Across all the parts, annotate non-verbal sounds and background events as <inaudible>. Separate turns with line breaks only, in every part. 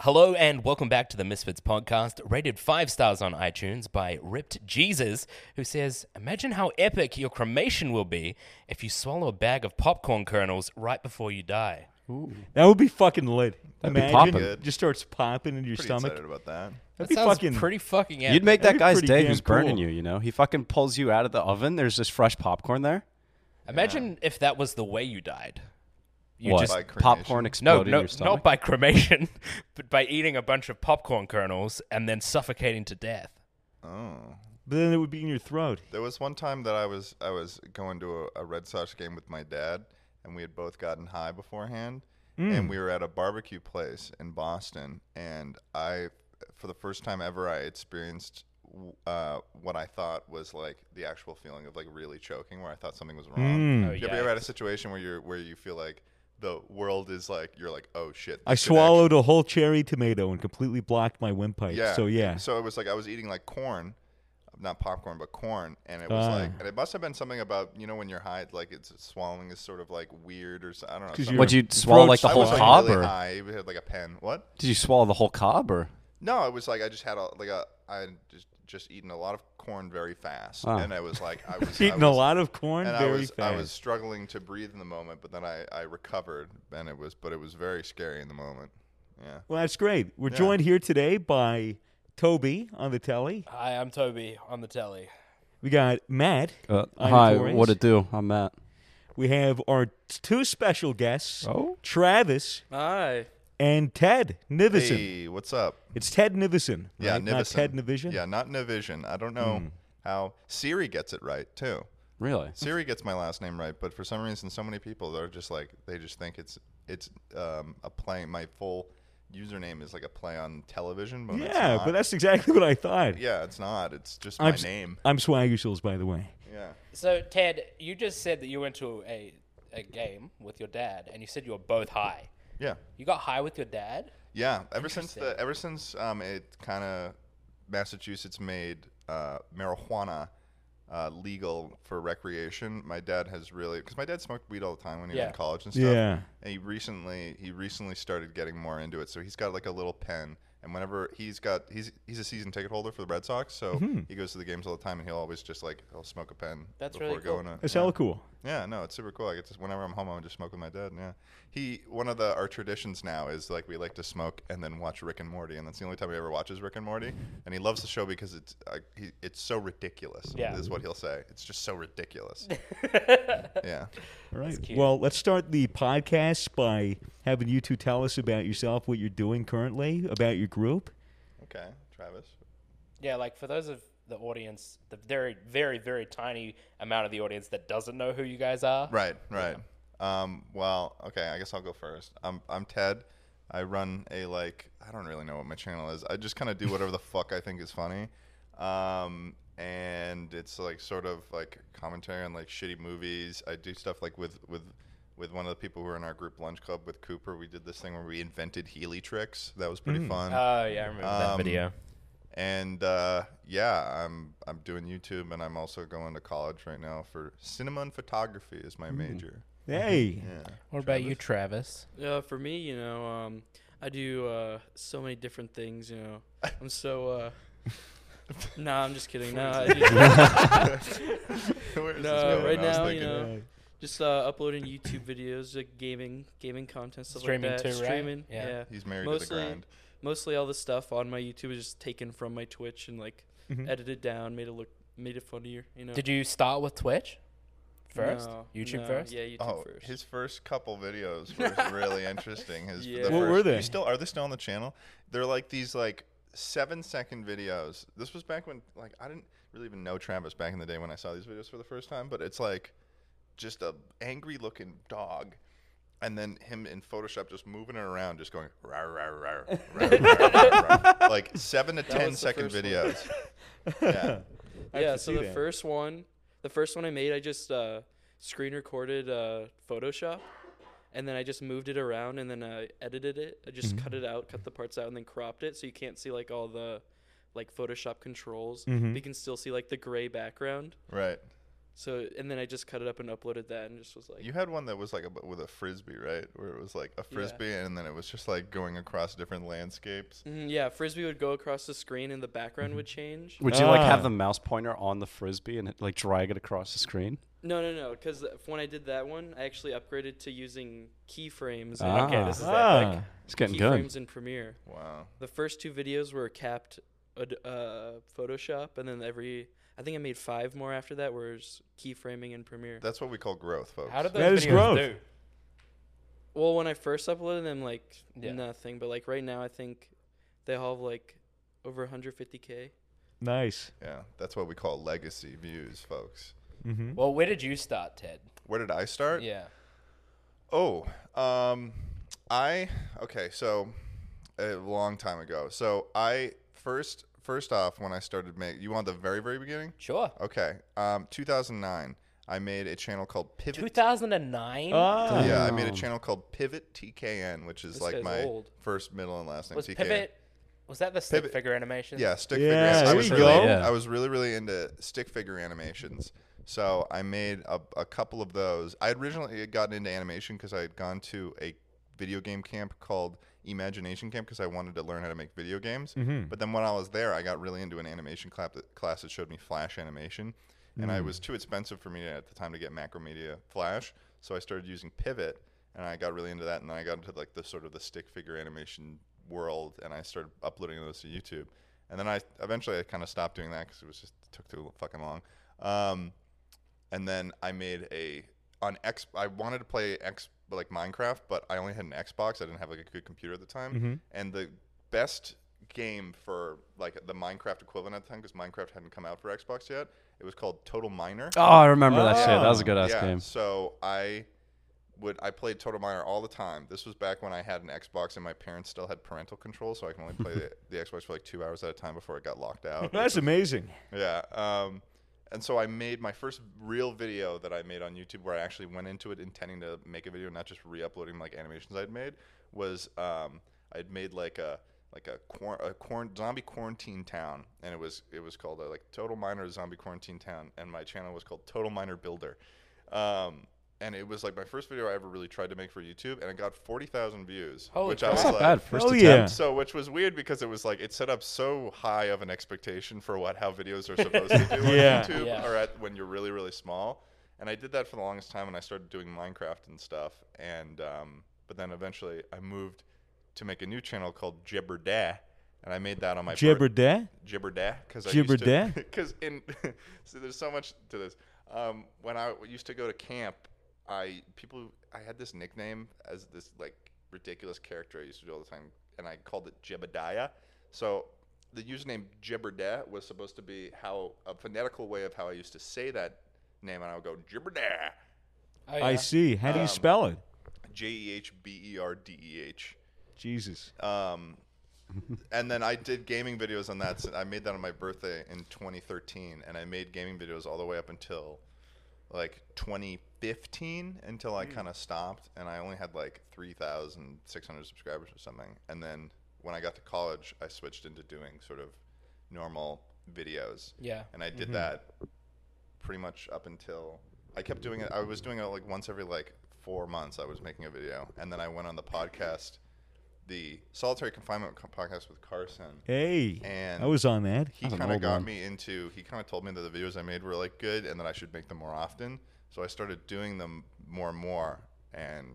Hello and welcome back to the Misfits podcast, rated five stars on iTunes by Ripped Jesus, who says, Imagine how epic your cremation will be if you swallow a bag of popcorn kernels right before you die.
That would be fucking lit.
That'd be
Imagine
poppin'.
it just starts popping in your
Pretty
stomach.
excited about that.
That'd
That
be
sounds
fucking
pretty fucking epic.
You'd make
That'd
that
be
guy's
pretty
day
damn
who's burning
cool.
you, you know? He fucking pulls you out of the oven. There's just fresh popcorn there.
Imagine if that was the way you died. You
what?
just
By cremation?
<laughs>
popcorn
no,
exploding in
no,
your stomach.
not by cremation, <laughs> but by eating a bunch of popcorn kernels and then suffocating to death.
Oh.
But then it would be in your throat.
There was one time that I was I was going to a, a Red Sox game with my dad, and we had both gotten high beforehand,
Mm.
and we were at a barbecue place in Boston, and I, for the first time ever, I experienced w- uh, what I thought was like the actual feeling of like really choking, where I thought something was wrong.
Hmm.
Mm.
Oh,
you ever, ever had a situation where you're where you feel like the world is like you're like oh shit.
I
this could actually-
swallowed a whole cherry tomato and completely blocked my windpipe. So yeah.
So it was like I was eating like corn, not popcorn, but corn, and it was
Ah.
like, and it must have been something about you know when you're high, like it's swallowing is sort of like weird or s- I don't know.
'Cause
something.
you're-
Would you
Throat
swallow like the
I
whole
was like
cob
really
or
high. I had like a pen. What?
did you swallow the whole cob or
No, it was like I just had a like a I had just just eaten a lot of corn very fast,
Ah.
and I was like
<laughs>
I was
Eating
I
a
was-
lot of corn
And
very
I was
fast.
I was struggling to breathe in the moment, but then I, I recovered, and it was but it was very scary in the moment. Yeah.
well, that's great. We're
Yeah.
joined here today by Toby on the telly.
Hi, I'm Toby on the telly.
We got Matt.
uh,
Iron
hi,
Torres.
what it do? I'm Matt.
We have our two special guests,
Oh.
Travis
Hi.
and Ted Nivison.
Hey, what's up?
It's Ted Nivison.
Yeah,
right?
Nivision.
Not Ted Hmm. Nivison.
Yeah, not Nivision. I don't know how Siri gets it right too.
Really?
Siri gets my last name right, but for some reason, so many people are just like they just think it's it's um, a play. My full username is like a play on television, but it's
Yeah,
not.
but that's exactly what I thought.
yeah, it's not. It's just
I'm
my
s-
name.
I'm Swagger Souls, by the way.
Yeah,
So, Ted, you just said that you went to a, a game with your dad, and you said you were both high.
yeah,
You got high with your dad?
yeah. Ever since the ever since um, it kind of Massachusetts made uh, marijuana. Uh, legal for recreation. My dad has really because my dad smoked weed all the time when he was
Yeah.
in college and stuff.
Yeah.
and he recently he recently started getting more into it. So he's got like a little pen, and whenever he's got he's he's a season ticket holder for the Red Sox, so he goes to the games all the time, and he'll always just like he'll smoke a pen
That's
before
really cool.
going. To,
That's
yeah.
hella cool.
Yeah, no, it's super cool. I get to, whenever I'm home, I just smoke with my dad. and Yeah, he one of the our traditions now is like we like to smoke and then watch Rick and Morty, and that's the only time he ever watches Rick and Morty. And he loves the show because it's uh, he, it's so ridiculous.
Yeah.
is what he'll say. It's just so ridiculous. yeah,
All right.
cute.
Well, let's start the podcast by having you two tell us about yourself, what you're doing currently, about your group.
okay, Travis.
Yeah, like for those of the audience, the very, very, very tiny amount of the audience that doesn't know who you guys are.
Right, right. Um, well, okay, I guess I'll go first. I'm, I'm Ted. I run a, like, I don't really know what my channel is. I just kind of do whatever the fuck I think is funny. Um, and it's like sort of like commentary on like shitty movies. I do stuff like with, with, with one of the people who are in our group lunch club with Cooper. We did this thing where we invented Healy tricks. That was pretty fun
Oh, yeah, I remember that
Um,
video.
and uh, yeah, I'm I'm doing YouTube, and I'm also going to college right now for cinema and photography is my major.
Hey.
Yeah.
What about you, Travis?
Uh, for me, you know, um, I do uh, so many different things. You
<laughs>
know, I'm so. Uh, nah, I'm just kidding. No,
<laughs>
I do-
Where is this
No,
going?
right
I was
now, you
thinking-
know, just uh, uploading YouTube videos, like gaming, gaming content, stuff
Streaming
like
too,
that.
right?
Streaming,
Yeah.
yeah.
he's married to the
Mostly-
grind.
Mostly all the stuff on my YouTube is just taken from my Twitch and like
Mm-hmm.
edited down, made it look, made it funnier. You know.
Did you start with Twitch first?
No,
YouTube
no,
first?
Yeah, YouTube
Oh,
first.
his first couple
<laughs>
videos were really interesting. His
Yeah.
the
What
first-
were they?
You still are they still on the channel? They're like these like seven second videos. This was back when like I didn't really even know Travis back in the day when I saw these videos for the first time. But it's like just a angry looking dog. And then him in Photoshop just moving it around, just going rar, rar, rar, rar, rar,
<laughs>
rar. like seven to ten
was the
second
first one.
videos.
<laughs>
yeah,
have
yeah
to
so
see
the
that.
first one the first one i made i just uh, screen recorded uh, photoshop and then i just moved it around and then i edited it i just cut it out cut the parts out and then cropped it so you can't see like all the like photoshop controls but you can still see like the gray background
right.
So and then I just cut it up and uploaded that and just was like, <laughs>
You had one that was like a, with a frisbee, right? Where it was like a frisbee, and then it was just like going across different landscapes.
Mhm, yeah, frisbee would go across the screen and the background would change.
Would you like
Ah.
have the mouse pointer on the frisbee and like drag it across the screen?
No, no, no, because when I did that one, I actually upgraded to using keyframes. and-
Ah.
Okay, this is that like
Ah.
It's getting good.
keyframes in Premiere.
Wow.
The first two videos were capped ad- uh, Photoshop, and then every I think I made five more after that was keyframing in Premiere.
That's what we call growth, folks.
How did those
That is
videos
growth.
do?
well, when I first uploaded them, like
Yeah.
nothing, but like right now, I think they all have like over 150k.
Nice.
yeah, that's what we call legacy views, folks.
Mm-hmm.
Well, where did you start, Ted?
Where did I start?
Yeah.
Oh, um, I okay. So a long time ago. So I first first off when I started make you want the very very beginning.
Sure.
Okay, um, 2009. I made a channel called Pivot
2009?
Ah.
Yeah, I made a
Oh.
channel called Pivot TKN, which is
This
like
guy's
my
old.
first, middle, and last name.
was
TKN.
Pivot. Was that the stick
Pivot-
figure animation?
Yeah, stick
Yeah,
figure. I
there
was
you
really,
go.
Yeah.
I was really, really into stick figure animations. So I made a, a couple of those. I originally had gotten into animation because I had gone to a video game camp called Imagination Camp because I wanted to learn how to make video games.
Mm-hmm.
But then when I was there, I got really into an animation class that, class that showed me Flash animation, and
Mm.
I was too expensive for me to- at the time to get Macromedia Flash, so I started using Pivot, and I got really into that, and then I got into like the sort of the stick figure animation world, and I started uploading those to YouTube, and then I eventually I kind of stopped doing that because it was just it took too fucking long. Um, and then I made a on X. I wanted to play X like Minecraft, but I only had an Xbox. I didn't have like a good computer at the time. And the best game for like the Minecraft equivalent at the time, because Minecraft hadn't come out for Xbox yet, it was called Total Miner.
Oh, I remember that shit. That was a
Ah.
good ass
yeah.
game.
So I would I played Total Miner all the time. This was back when I had an Xbox and my parents still had parental control, so I can only play the, the Xbox for like two hours at a time before it got
<laughs>
locked out.
That's amazing.
Yeah. Um, and so I made my first real video that I made on YouTube, where I actually went into it intending to make a video, not just re-uploading like animations I'd made. Was um, I'd made like a like a, quar- a quaran- zombie quarantine town, and it was it was called uh like Total Miner Zombie Quarantine Town, and my channel was called Total Miner Builder. Um, and it was like my first video I ever really tried to make for YouTube, and it got forty thousand views,
Holy
which I
crap.
was
That's not
like,
bad. First
Hell
attempt.
yeah.
so, which was weird because it was like it set up so high of an expectation for what how
<laughs>
videos are supposed to do on
Yeah.
YouTube
Yeah.
or at when you're really really small. And I did that for the longest time, and I started doing Minecraft and stuff. And um, but then eventually I moved to make a new channel called Jibberdah, and I made that on my fir-
Jibberdah?
Jibberdah because
Jibberdah?
<laughs> because in so there's so much to this. Um, when I w- used to go to camp, I people I had this nickname as this like ridiculous character I used to do all the time, and I called it Jebediah. So the username Jibberdah was supposed to be how a phonetical way of how I used to say that name, and I would go Jibberdah,
Oh, yeah.
I see. How do
Um,
you spell it?
J E H B E R D E H.
Jesus.
Um, and then I did gaming videos on that. So I made that on my birthday in 2013, and I made gaming videos all the way up until like 2015 until I kind of stopped, and I only had like 3,600 subscribers or something. And then when I got to college, I switched into doing sort of normal videos.
Yeah.
And I did
Mm-hmm.
that pretty much up until I kept doing it. I was doing it like once every like four months. I was making a video, and then I went on the podcast, the Solitary Confinement co- podcast with Carson.
Hey.
And
I was on that.
He
That's an
kind of
old
got
one.
me into. He kind of told me that the videos I made were like good, and that I should make them more often. So I started doing them more and more, and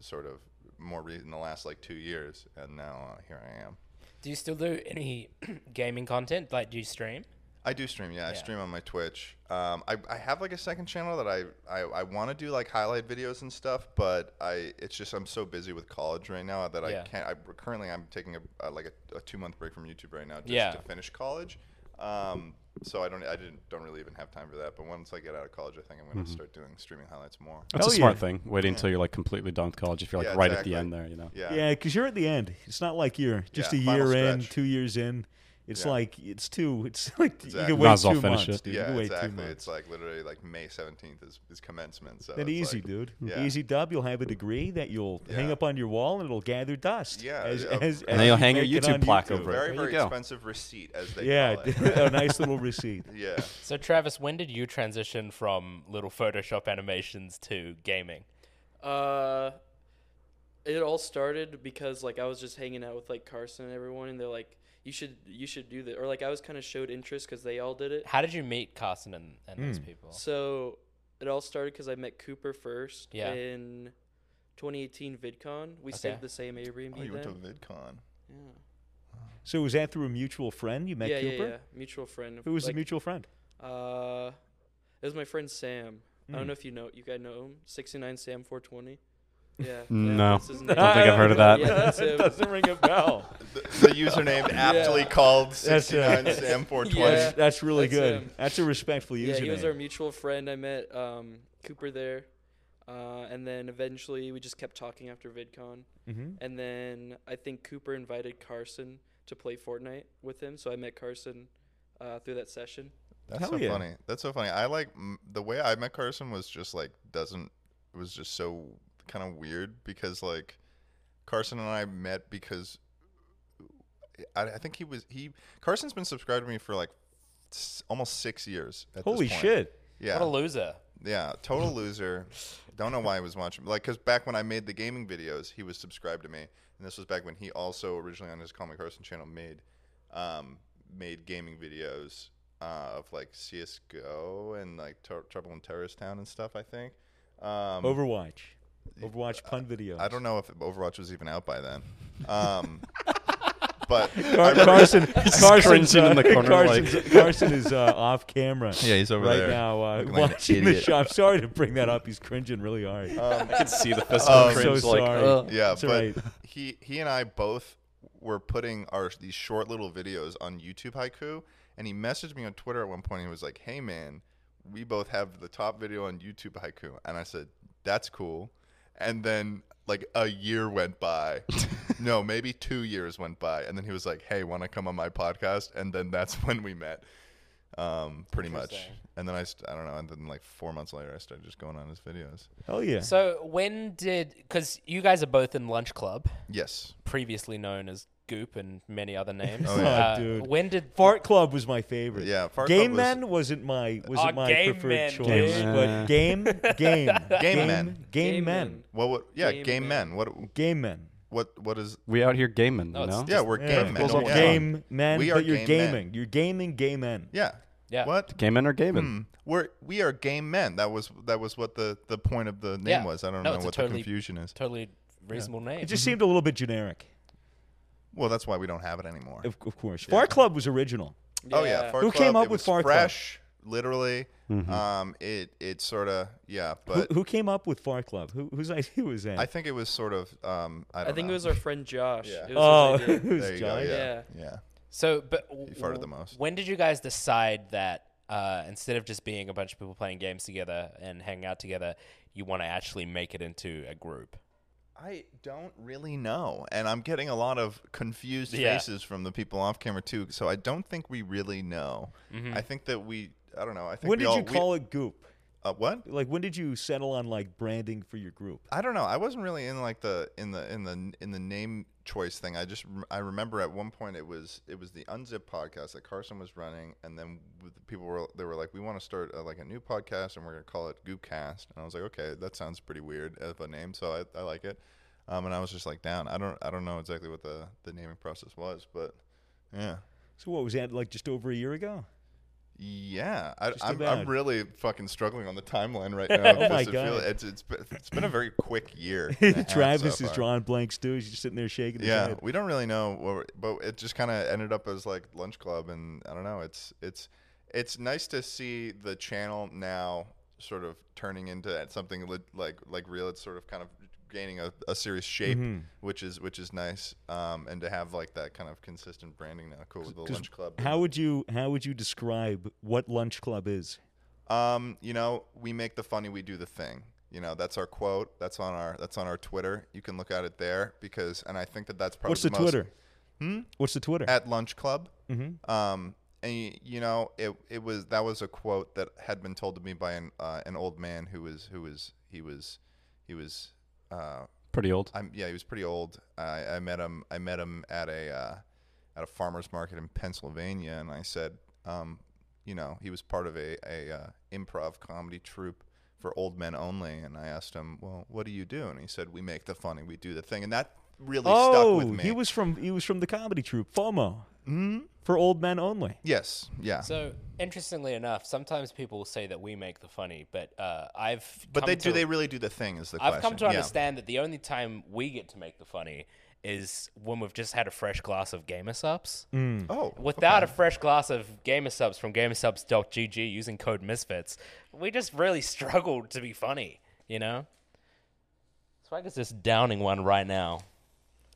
sort of more re- in the last like two years, and now uh, here I am.
Do you still do any <clears throat> gaming content? Like, do you stream?
I do stream, yeah. I
Yeah.
stream on my Twitch. Um, I, I have like a second channel that I, I, I want to do like highlight videos and stuff, but I it's just I'm so busy with college right now that
Yeah.
I can't. I currently I'm taking a, uh like a, a two month break from YouTube right now just
Yeah.
to finish college. Um, so I don't I didn't don't really even have time for that. But once I get out of college, I think I'm going to start doing streaming highlights more.
Mm-hmm. That's
Hell
a smart
yeah.
thing. Waiting until you're like completely done with college. If you're like
Yeah,
right at
exactly.
the end there, you know.
Yeah.
Yeah, because you're at the end. It's not like you're just
uh, Yeah,
a
final
year in,
stretch.
two years in. It's
Yeah.
like it's too. It's <laughs> like you
Exactly.
can wait
Might
as well
two
finish
months,
it.
dude. you
yeah,
can wait two
exactly.
months.
It's like literally like May 17th is, is commencement. So
Then
it's
easy,
like-
dude.
yeah.
Easy dub. You'll have a degree that you'll hang
Yeah.
up on your wall, and it'll gather dust.
Yeah,
as,
yeah.
as-
And
as
then
you
you'll
hang your
make it
YouTube
on
plaque over it.
Very,
There
very
you go.
expensive receipt, as they
Yeah,
call
<laughs>
it. <laughs> right?
a nice little receipt.
yeah.
So, Travis, when did you transition from little Photoshop animations to gaming?
Uh, it all started because like I was just hanging out with like Carson and everyone, and they're like, "You should, you should do that," or like I was kind of showed interest because they all did it.
How did you meet Carson and, and
Hmm.
those people?
So it all started because I met Cooper first
Yeah.
in 2018 VidCon. We stayed at the same Airbnb
Oh, you
then.
went to VidCon.
yeah.
So was that through a mutual friend you met
yeah, yeah,
Cooper?
yeah. Mutual friend. of-
Who was
like,
the mutual friend?
Uh, it was my friend Sam. I
Mm.
don't know if you know you guys know him. 69 Sam 420.
<laughs>
Yeah.
No.
that's his
I
name.
don't think I've heard of that.
Yeah, that's
it
<laughs>
<laughs>
him.
doesn't ring a bell.
<laughs>
The, the
<laughs>
username aptly called
That's right. <laughs>
69 Sam 420.
Yeah.
That's, that's really
That's
good.
him.
That's a respectful username.
Yeah, he was our mutual friend. I met um, Cooper there, uh, and then eventually we just kept talking after VidCon.
mm-hmm.
And then I think Cooper invited Carson to play Fortnite with him, so I met Carson uh, through that session.
That's
Hell
so
yeah.
funny. That's so funny. I like m- the way I met Carson was just like doesn't it was just so kind of weird because like Carson and I met because I, I think he was he Carson's been subscribed to me for like s- almost six years. At this
Holy
point.
shit.
Yeah,
What a loser.
yeah, total loser. Don't know why he was watching. Like, because back when I made the gaming videos, he was subscribed to me, and this was back when he also originally on his Call Me Carson channel made, um, made gaming videos uh, of like CS:GO and like Tor- Trouble in Terrorist Town and stuff. I think. Um,
Overwatch. Overwatch pun videos.
uh, I don't know if Overwatch was even out by then. Um, <laughs> but
Car-
<laughs>
I-
Carson,
just
Carson's,
cringing
uh,
in the corner
Carson's,
like-
Carson is uh, off camera.
Yeah, he's over
right
there,
now uh,
looking like an
watching the
idiot. Uh,
show. I'm sorry to bring that up. He's cringing really hard.
I can see the fist
Oh, I'm
of
so
cringe.
sorry.
like, uh,
yeah,
That's
but
right. <laughs>
he he and I both were putting our these short little videos on YouTube Haiku, and he messaged me on Twitter at one point. He was like, "Hey man, we both have the top video on YouTube Haiku," and I said, "That's cool." And then like a year went
<laughs>
by. no, maybe two years went by, and then he was like, "Hey, want to come on my podcast?" And then that's <laughs> when we met. Um, pretty much.
Interesting.
And then I, st- I don't know. And then like four months later, I started just going on his videos.
Hell yeah.
So, when did. Because you guys are both in Lunch Club,
Yes.
previously known as Goop and many other names.
Oh,
yeah.
Uh,
Oh, dude.
When did.
Fart Club was my favorite.
Yeah, Fart Club
Game
was-
Men wasn't my wasn't
Oh,
my
Game
preferred
Men,
choice,
dude.
but Game
<laughs>
Game
Game Men.
Game,
Game
Men
Men.
Well, what, yeah,
Game
game,
men.
men. What
Game Men.
what what is
we out here gaming,
No,
you
it's
know?
just-
Yeah, we're
Yeah.
game men.
Goes all
yeah.
Game Men,
We are
but you're
game men.
gaming. You're gaming gay men.
Yeah.
Yeah.
What?
Gaming or gaming?
Hmm. We're we are game men. That was that was what the the point of the name
Yeah.
was. I don't
No,
know
it's a
what
totally-
the confusion is.
Totally reasonable name.
It just
Mm-hmm.
seemed a little bit generic.
Well, that's why we don't have it anymore.
Of, of course, Fart Club was original.
Oh yeah, Far
Who
Club,
came up
it
with
was
Far Club?
fresh, literally. Um, it it sort of yeah, but
who, who came up with Fart Club? Who, <laughs> whose idea was that?
I think it was sort of um I
I
don't
think
know.
it was our friend Josh.
Yeah.
It
oh,
was
<laughs>
his idea.
it was
there you
Josh.
go. Yeah,
Yeah.
yeah.
So, but w-
You farted the
w-
most.
When did you guys decide that uh, instead of just being a bunch of people playing games together and hanging out together, you want to actually make it into a group?
I don't really know, and I'm getting a lot of confused
Yeah.
faces from the people off camera too. So I don't think we really know.
Mm-hmm.
I think that we I don't know. I think
When
we
did
all,
you
we-
call it Goop?
uh, what?
Like, when did you settle on like branding for your group?
I don't know. I wasn't really in like the in the in the in the name choice thing. I just rem- I remember at one point it was it was the Unzip podcast that Carson was running, and then with the people were they were like, we want to start uh like a new podcast, and we're gonna call it Goopcast. And I was like, okay, that sounds pretty weird of a name, so I, I like it. Um, and I was just like down. I don't I don't know exactly what the the naming process was, but yeah.
So what was that like? Just over a year <laughs> ago?
Yeah, I,
Just
I'm,
about.
I'm really fucking struggling on the
<laughs>
timeline right now.
Oh my
Just to feel
God.
it. it's, it's, been, it's been a very quick
<laughs>
year. and a half
Travis
so
is
far.
drawing blanks too. He's just sitting there shaking his
Yeah,
head.
we don't really know, what we're, but it just kind of ended up as like lunch club, and I don't know. It's it's it's nice to see the channel now sort of turning into something li- like like real. It's sort of kind of gaining a, a serious shape,
Mm-hmm.
which is which is nice, um, and to have like that kind of consistent branding now. Cool with the
'cause
lunch club.
How would you how would you describe what Lunch Club is?
Um, you know, we make the funny, we do the thing. You know, that's our quote. That's on our that's on our Twitter. You can look at it there because, and I think that that's probably
What's the Hmm?
most-
Twitter? What's the Twitter?
at lunch club.
Mm-hmm.
Um, and you, you know, it it was that was a quote that had been told to me by an uh, an old man who was who was he was he was uh,
Pretty old.
I'm yeah he was pretty old. I, I met him I met him at a uh, at a farmers market in Pennsylvania, and I said, um, you know, he was part of a a uh, improv comedy troupe for old men only, and I asked him, well, what do you do? And he said, we make the funny, we do the thing, and that really
oh,
stuck with me.
he was from he was from the comedy troupe FOMO for old men only.
yes, yeah.
So interestingly enough, sometimes people will say that we make the funny, but uh, I've
But
come
they
to,
do they really do the thing is the
I've
question.
come to
Yeah.
understand that the only time we get to make the funny is when we've just had a fresh glass of gamer subs.
Oh,
Without a fresh glass of gamer subs from gamersubs.gg using code misfits, we just really <laughs> struggled to be funny, you know. So I guess just downing one right now.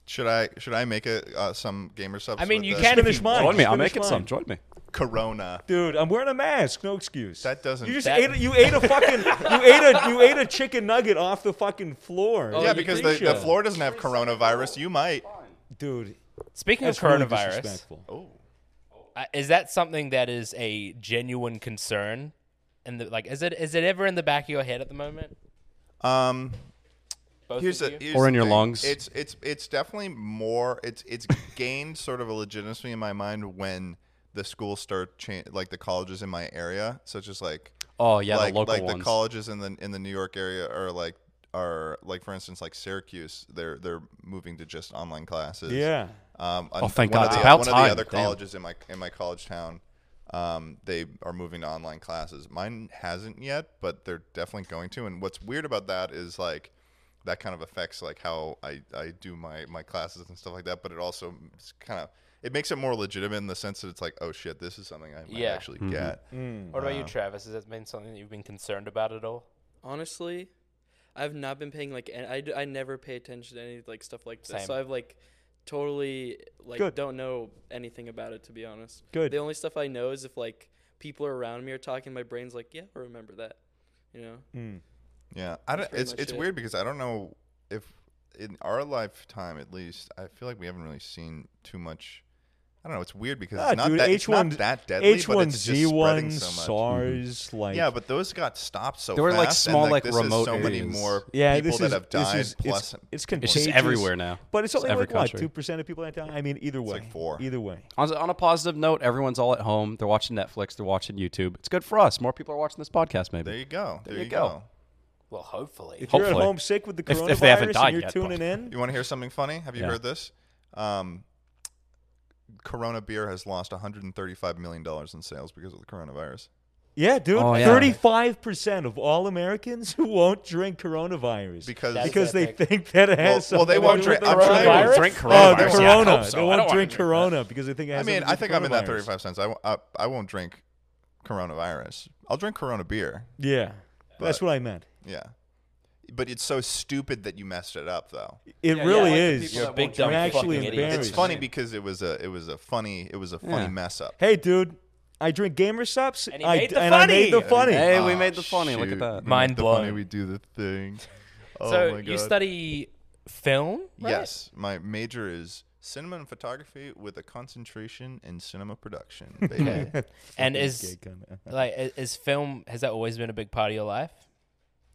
should I should I make a uh, some gamer subs?
I mean,
with
you
the
can if
Finish
you
mine.
want.
Join me. I'll
Finish
make it
mine.
some. Join me.
<laughs> Corona.
Dude, I'm wearing a mask. No excuse.
That doesn't-
You just
That-
ate. A, you ate a fucking. you ate a. You ate a chicken nugget off the fucking floor.
Oh,
Yeah,
you
because the,
think
the
so?
floor doesn't have coronavirus. You might.
dude.
Speaking
That's
of
really
coronavirus,
disrespectful.
Oh,
Uh, is that something that is a genuine concern? And the, like, is it is it ever in the back of your head at the moment?
Um,
Both
here's
of
the,
you?
here's
Or
the
in your
thing.
lungs.
It's it's it's definitely more. It's
<laughs>
it's gained sort of a legitimacy in my mind when the schools start cha- like the colleges in my area, such as like
Oh yeah,
like
the local
like
ones.
the colleges in the in the New York area are like are like for instance like Syracuse. They're they're moving to just online classes.
Yeah.
Um,
Oh, thank
one
God.
Of the,
It's about
one
time.
of the other
Damn.
colleges in my in my college town, um, they are moving to online classes. Mine hasn't yet, but they're definitely going to. And what's weird about that is like that kind of affects like how I, I do my, my classes and stuff like that. But it also kind of it makes it more legitimate in the sense that it's like, oh shit, this is something I might
Yeah.
actually
Mm-hmm.
get.
What about you, Travis? Has that been something that you've been concerned about at all?
Honestly, I've not been paying like an- I, d- I never pay attention to any like stuff like this.
Same.
So I've like totally like
Good.
don't know anything about it to be honest.
Good.
The only stuff I know is if like people are around me are talking, my brain's like, yeah, I remember that. You know.
Mm. Yeah, I don't.
pretty
It's
much
it's
it.
weird because I don't know if in our lifetime, at least, I feel like we haven't really seen too much. I don't know. It's weird because
Ah,
it's not
dude,
that it's
H1,
not that deadly,
H1Z1,
but it's just spreading so much.
SARS,
Mm-hmm.
like
Yeah, but those got stopped so.
They were, like,
fast, and,
small, like,
this
remote
is so many
areas.
more
yeah,
people
this
that
is-
have
this
died.
is-
plus,
it's, it's contagious.
everywhere now.
But it's
It's
only
every
like what
country.
two percent of people that die. I mean, either way,
like four.
Either way,
On, on a positive note, everyone's all at home. They're watching Netflix. They're watching YouTube. It's good for us. More people are watching this podcast, maybe.
there you go. There,
you
you
go.
go.
Well, hopefully.
if you're
Hopefully.
at home sick with the
If-
coronavirus
if they haven't died
and you're
yet,
tuning
but-
in,
You want to hear something funny? Have you
Yeah.
heard this? Um, Corona beer has lost 135 million dollars in sales because of the coronavirus.
yeah, dude,
Oh, yeah.
thirty-five percent of all Americans <laughs> who won't drink coronavirus
Because
That's
because they
epic.
think that it has
well, they
something
won't
to do with
drink- I'm sure they
coronavirus.
won't
<laughs>
drink
Oh, the
coronavirus. Yeah, I
corona.
hope so.
They
I don't
won't
wanna
drink
drink that.
corona because they think it
I
has
mean,
something to
I
do with
think I'm in that
coronavirus.
35 cents. I, w- I, I won't drink coronavirus. I'll drink Corona beer.
Yeah, that's what I meant.
Yeah. But it's so stupid that you messed it up, though.
It
yeah,
really
like the
is.
people You're a that
big won't dumb
You're
drink
actually
fucking idiot.
embarrassed.
It's funny because it was a it was a funny it was a funny
Yeah.
mess up.
Hey, dude, I drink gamer subs.
And he
I,
made the
and I made
funny.
the funny.
Hey, we
Ah,
made the funny. Look at
shoot.
that.
We made
Mind
the funny,
blown.
We do the thing. Oh
so
my God.
you study film? right?
Yes, my major is cinema and photography with a concentration in cinema production. Baby.
<laughs> Hmm.
<laughs>
And is like i- is film has that always been a big part of your life?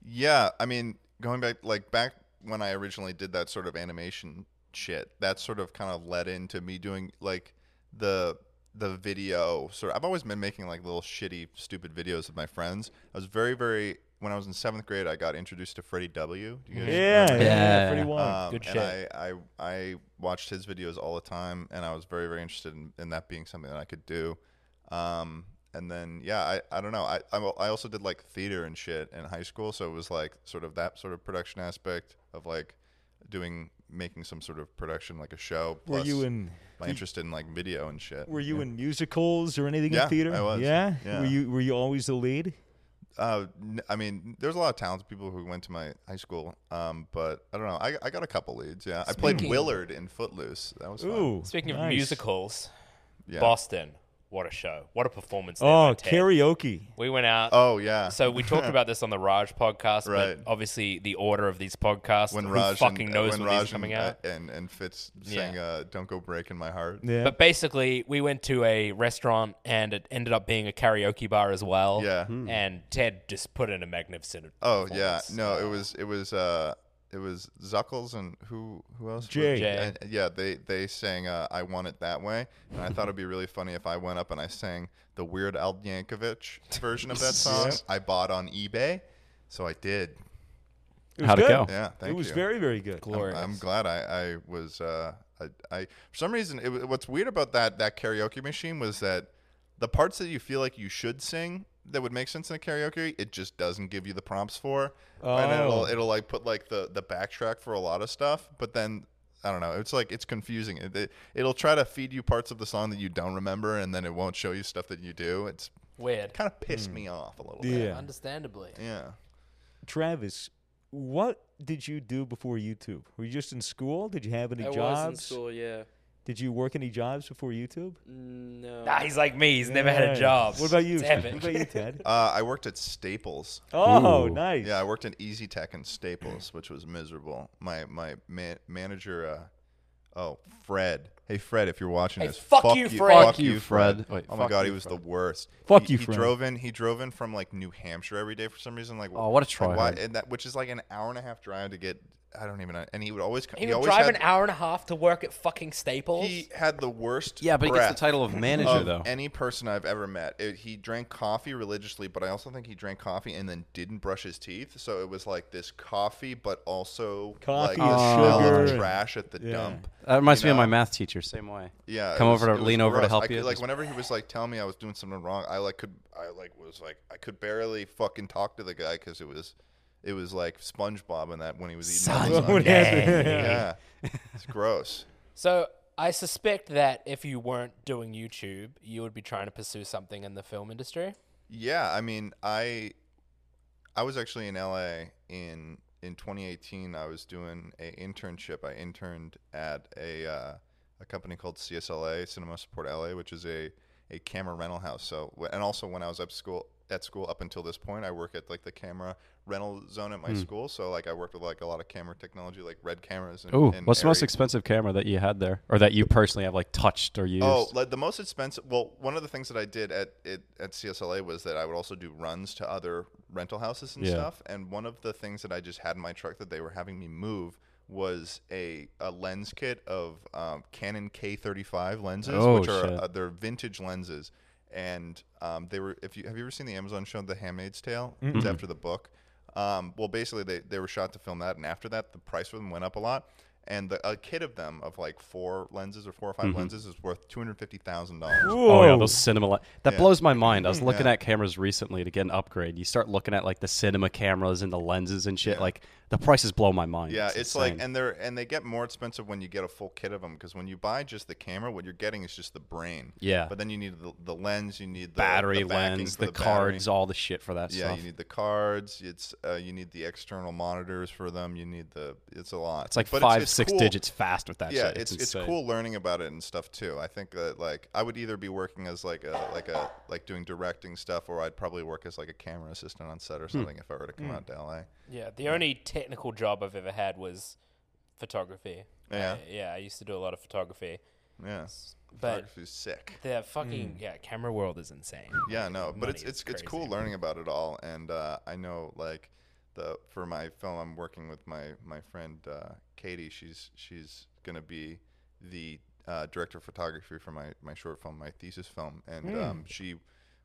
Yeah, I mean, going back like back when I originally did that sort of animation shit, that sort of kind of led into me doing like the the video sort of, I've always been making like little shitty stupid videos with my friends. I was very very when I was in 7th grade, I got introduced to Freddie W. Do you guys
Yeah, yeah,
remember?
yeah,
Yeah.
pretty wild.
Um,
Good
and
shit.
I, I I watched his videos all the time, and I was very very interested in, in that being something that I could do. Um, and then yeah, I, I don't know. I I'm, al- I also did like theater and shit in high school, so it was like sort of that sort of production aspect of like doing making some sort of production like a show.
were
plus
you in?
my interest in like video and shit?
Were you in musicals or anything in
Yeah,
theater?
I was.
Yeah?
Yeah.
Were you Were you always the lead?
Uh, n- I mean, there's a lot of talented people who went to my high school, um, but I don't know. I, I got a couple leads. Yeah, I played
Speaking-
Uh, Willard in Footloose. That was fun.
Ooh.
Speaking of
nice.
musicals,
Yeah.
Boston. What a show! What a performance! there by
Oh,
Ted.
karaoke.
We went out.
Oh yeah.
So we
<laughs>
talked about this on the Raj podcast,
Right.
but obviously the order of these podcasts.
when
who
Raj
fucking
and,
knows
when
when,
Raj
these are coming
and,
out?
and and Fitz
Yeah.
sang uh, "Don't Go Breaking My Heart."
Yeah.
But basically, we went to a restaurant and it ended up being a karaoke bar as well.
Yeah.
And Ted just put in a magnificent.
Oh yeah,
performance.
no, it was it was uh it was Zuckles and who who else?
Jay.
Jay.
And- yeah, they they sang uh, "I Want It That Way," and I thought it'd be really funny if I went up and I sang the Weird Al Yankovic version of
<laughs>
that song. I bought on eBay, so I did.
was
How'd it
good.
go?
Yeah, thank
it was
you.
very, very good. Um,
glorious.
I'm glad I, I was uh, I, I for some reason it, wa- what's weird about that that karaoke machine was that the parts that you feel like you should sing that would make sense in a karaoke it just doesn't give you the prompts for and it'll
Oh.
it'll like put like the the backtrack for a lot of stuff but then I don't know it's like it's confusing it, it, it'll try to feed you parts of the song that you don't remember and then it won't show you stuff that you do it's
Weird.
kind of pissed me off a little bit
Hmm. Yeah.
Understandably.
yeah
Travis, what did you do before YouTube? Were you just in school? Did you have any
I
jobs?
was in school. Yeah.
Did you work any jobs before YouTube?
No.
Ah, he's like me. He's never had a
Nice.
job.
What about you?
It's
Ted?
epic.
What about you,
<laughs>
Ted?
uh, I worked at Staples
Oh,
Ooh.
nice.
Yeah, I worked at Easy Tech and Staples, which was miserable. My my ma- manager, uh, oh Fred. Hey Fred, if you're watching
Hey,
this,
fuck you, Fred.
fuck you, Fred.
Wait,
oh my
fuck
god,
you,
he was
Fred.
the worst.
Fuck
he,
you,
he
Fred.
drove in. He drove in from like New Hampshire every day for some reason. Like
Oh, what a
Like, why,
tryhard.
and that which is like an hour and a half drive to get. I don't even. know. And he would always. co-
He
he
would
always
drive
had,
an hour and a half to work at fucking Staples.
He had the worst.
Yeah, but he gets
breath
the title of manager
of
though.
any person I've ever met. It, he drank coffee religiously, but I also think he drank coffee and then didn't brush his teeth. So it was like this coffee, but also
Coffee
like
and
the smell
sugar.
of trash at the
Yeah.
dump.
That reminds
you
me of my
know?
math teacher. Same way.
Yeah, it
Uh, Come
was-
over
it
to
was
lean over to
gross.
help
I
you.
Could, like
Just-
whenever he was like telling me I was doing something wrong, I like could I like was like I could barely fucking talk to the guy because it was it was like SpongeBob in that when he was eating. all the
Son.
time.
What happened?
Yeah, it's gross.
So I suspect that if you weren't doing YouTube, you would be trying to pursue something in the film industry.
Yeah, I mean, I I was actually in LA in in 2018. I was doing a internship. I interned at a uh, a company called CSLA Cinema Support LA, which is a a camera rental house. So wh- and also when I was up school at school up until this point, I work at like the camera rental zone at my
Hmm.
school. So like I worked with like a lot of camera technology, like red cameras. And,
Ooh,
and
what's the most
Arri-
expensive camera that you had there, or that you personally have like touched or used?
Oh, like the most expensive. Well, one of the things that I did at it, at CSLA was that I would also do runs to other rental houses and
Yeah.
stuff. And one of the things that I just had in my truck that they were having me move was a, a lens kit of um, Canon K35 lenses,
Oh,
which are
shit.
uh, they're vintage lenses. And um, they were if you have you ever seen the Amazon show The Handmaid's Tale? It's after the book. Um, well, basically they, they were shot to film that, and after that the price for them went up a lot. And the, a kit of them of like four lenses or four or 5
Mm-hmm.
lenses is worth two hundred fifty thousand dollars.
Oh yeah,
Whoa.
those cinema li- that
<laughs> Yeah.
blows my mind. I was looking at cameras recently to get an upgrade. You start looking at like the cinema cameras and the lenses and shit. Like the prices blow my mind.
Yeah, it's, like
insane.
and they're and they get more expensive when you get a full kit of them because when you buy just the camera, what you're getting is just the brain.
Yeah.
But then you need the, the lens, you need the
battery
the backing
lens,
for
the,
battery.
cards, all the shit for that
Yeah,
stuff.
you need the cards. It's uh, you need the external monitors for them. You need the. It's a lot.
it's like
But
five,
it's
six
cool.
digits fast with that
Yeah,
shit.
it's it's,
insane.
cool learning about it and stuff too. I think that like I would either be working as like a like a like doing directing stuff, or I'd probably work as like a camera assistant on set or
Hmm.
something if I were to come out to LA.
Yeah, the only technical job I've ever had was photography.
Yeah.
I- yeah, I used to do a lot of photography,
Yeah,
but
photography's sick.
the fucking yeah camera world is insane.
Yeah, no, but it's
money
it's
is
it's cool
crazy.
learning about it all, and uh, I know like the for my film, I'm working with my my friend uh, Katie. She's she's gonna be the uh, director of photography for my my short film, my thesis film, and
Hmm.
um, she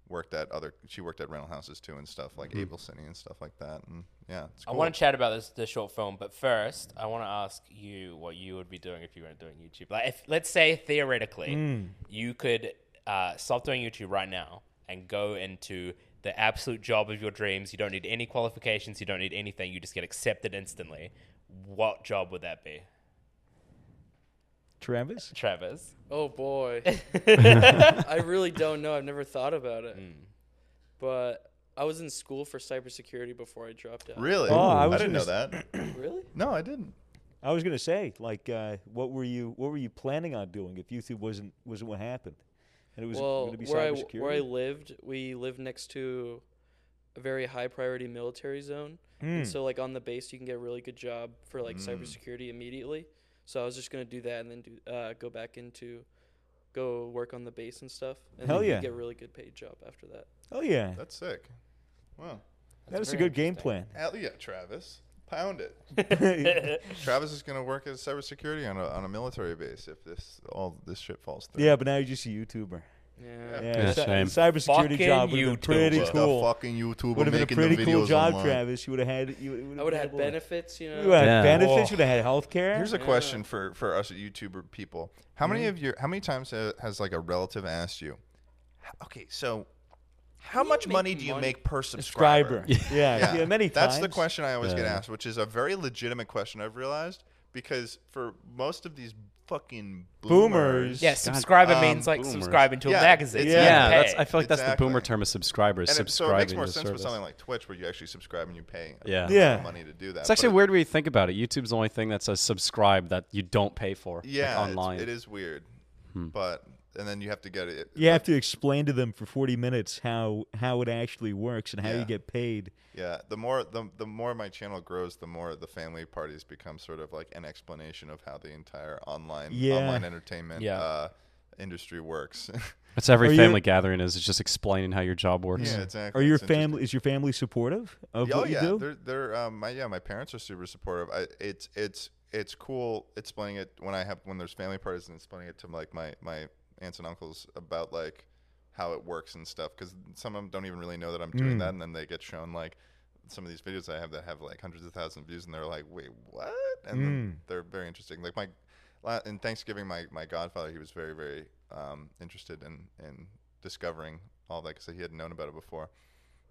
worked at other she worked at rental houses too and stuff like Abel City and stuff like that, and yeah, it's
Hmm. I
cool.
want to chat about this the short film, but first I want to ask you what you would be doing if you weren't doing YouTube. Like, if, let's say theoretically you could uh, stop doing YouTube right now and go into the absolute job of your dreams. You don't need any qualifications. You don't need anything. You just get accepted instantly. What job would that be,
Travis?
Travis?
Oh <laughs> boy. I really don't know. I've never thought about it.
Mm.
But I was in school for cybersecurity before I dropped out.
really.
Oh, I
I,
was
didn't know
gonna
that.
Really?
No, I didn't.
I was gonna say, like, uh, what were you what were you planning on doing if YouTube wasn't wasn't what happened? and it was
well,
going to be
where I w-
cybersecurity.
where I lived, we lived next to a very high priority military zone,
Hmm.
and so like on the base, you can get a really good job for like
Mm.
cybersecurity immediately. So I was just gonna do that and then do uh, go back into go work on the base and stuff. And
Hell
then you
yeah.
get a really good paid job after that.
oh yeah,
That's sick. Wow.
that was a
very
good game
interesting.
plan.
Hell yeah, Travis. Pound it.
<laughs>
Travis is going to work as cybersecurity on a, on a military base if this all this shit falls through.
Yeah, but now you're just a YouTuber.
Yeah.
Yeah,
Yeah,
cy-
shame.
cybersecurity
Fucking
job would have been pretty
Just
cool.
a fucking YouTuber
would have been a pretty
making the videos
cool job,
online.
Travis. You would have had. You would've
I
been
would have had
able to-
benefits, you know.
You would have
Yeah.
had benefits.
Oh.
You would have had health care.
Here's a
Yeah.
question for, for us YouTuber people. How
Mm-hmm.
many of your how many times ha- has like a relative asked you? "H- Okay, so how
do you
much
make
money do you
money?"
make per
subscriber. <laughs>
subscriber?
Yeah. yeah, many
That's
times.
the question I always get
Yeah.
asked, which is a very legitimate question I've realized because for most of these fucking boomers,
Boomers.
Yeah,
God,
subscribing
um,
means like
boomers.
subscribing to a
Yeah,
magazine.
it's-
You
Yeah,
Yeah,
that's.
pay.
I feel like that's the boomer
Exactly.
term of subscribers.
and it, so it
subscribing
makes more
to
sense
service.
for something like Twitch where you actually subscribe and you pay
Yeah.
Yeah.
money to do that.
It's actually
But it-
weird when you think about it. YouTube's the only thing that says subscribe that you don't pay for. like,
Yeah, it's-
online.
it is weird,
Hmm.
but and then you have to get it.
You have to explain to them for 40 minutes how how it actually works and how
Yeah.
you get paid.
Yeah, the more the, the more my channel grows, the more the family parties become sort of like an explanation of how the entire online
Yeah.
online entertainment
Yeah.
uh, industry works. <laughs>
That's every
Are you-
family gathering is. It's just explaining how your job works.
yeah, exactly.
Are your
It's interesting.
family is your family supportive of
Oh
what
yeah,
you do?
they're they're um, my yeah my parents are super supportive. I, it's it's it's cool explaining it when I have when there's family parties and explaining it to like my my aunts and uncles about like how it works and stuff because some of them don't even really know that I'm
Mm.
doing that and then they get shown like some of these videos I have that have like hundreds of thousands of views and they're like wait what and then they're very interesting like my la- in Thanksgiving my my godfather he was very very um, interested in in discovering all that because he hadn't known about it before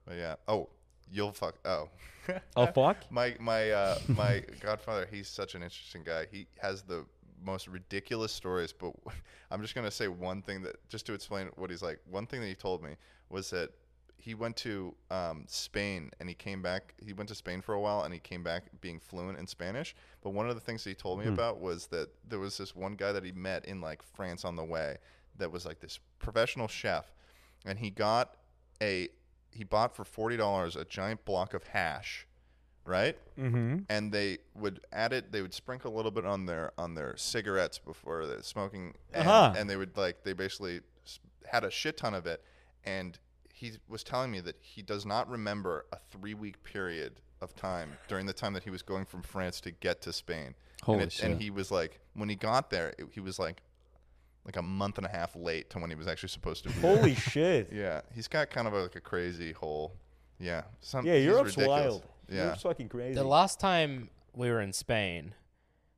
but yeah oh. You'll fuck. Oh, <laughs>
Oh fuck!
my my uh, my <laughs> godfather, he's such an interesting guy. He has the most ridiculous stories, but <laughs> I'm just gonna say one thing that just to explain what he's like. One thing that he told me was that he went to um, Spain and he came back. He went to Spain for a while and he came back being fluent in Spanish. But one of the things that he told me about was that there was this one guy that he met in like France on the way that was like this professional chef, and he got a he bought for forty dollars a giant block of hash right? Mm-hmm. And they would add it. They would sprinkle a little bit on their on their cigarettes before they're smoking, and,
Uh-huh.
and they would like they basically s- had a shit ton of it. And he was telling me that he does not remember a three week period of time during the time that he was going from France to get to Spain.
Holy
and, it- and
shit.
he was like, when he got there, it, he was like, like a month and a half late to when he was actually supposed to be. there. <laughs>
Holy shit!
Yeah, he's got kind of a, like a crazy whole. Yeah, some,
Yeah,
he's
Europe's
ridiculous.
wild.
Yeah,
Europe's fucking crazy.
The last time we were in Spain,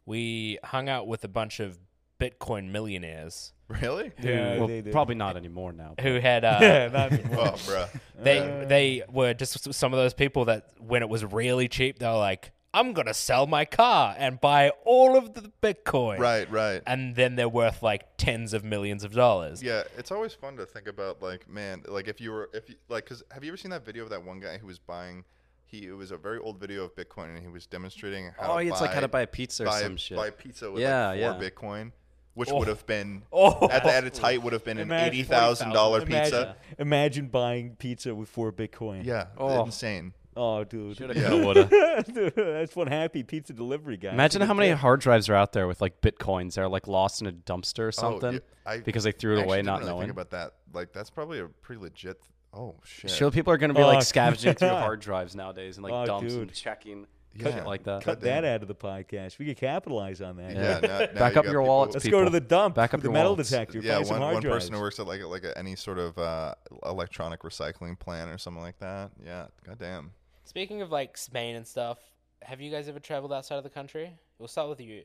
we hung out with a bunch of Bitcoin millionaires
<laughs>
Really?
yeah,
Well,
they do.
probably not anymore now.
who had
<laughs>
uh,
Yeah, not anymore.
Oh, bruh.
they they were just s- some of those people that when it was really cheap, they were like, "I'm gonna sell my car and buy all of the Bitcoin."
Right, right.
And then they're worth like tens of millions of dollars.
Yeah, it's always fun to think about, like, man, like if you were, if you, like, cause have you ever seen that video of that one guy who was buying? He it was a very old video of Bitcoin, and he was demonstrating how.
Oh,
to
it's
buy,
like how to buy a pizza or
buy,
some shit.
Buy pizza with
Yeah,
like four
yeah.
Bitcoin, which
Oh.
would
<laughs>
have been
Oh.
at, the, at its height would have been an
Imagine-
eighty thousand dollar pizza.
Imagine, imagine buying pizza with four Bitcoin.
Yeah,
Oh.
insane.
Oh, dude.
Yeah.
<laughs> Dude, That's one happy pizza delivery guy.
Imagine how many hard drives are out there with like bitcoins that are like lost in a dumpster or something
Oh, yeah, I-
because they threw it
I actually
away
didn't
not
really
knowing.
Think about that. Like that's probably a pretty legit. Oh shit.
Sure, people are going to be like
Fuck.
scavenging through hard drives nowadays and like
Oh,
dumps
dude.
and checking
Yeah.
shit like that.
Cut that out of the podcast. We could capitalize on that.
<laughs>
yeah. now- now
Back
you
up
got
your
people-
wallets.
Let's go
people.
to the dump.
Back up
with the
your
metal
wallets.
detector.
Yeah,
buy some
one,
hard
one
drives.
person who works at like like a, any sort of uh, electronic recycling plant or something like that. Yeah, goddamn.
Speaking of like Spain and stuff, have you guys ever traveled outside of the country? We'll start with you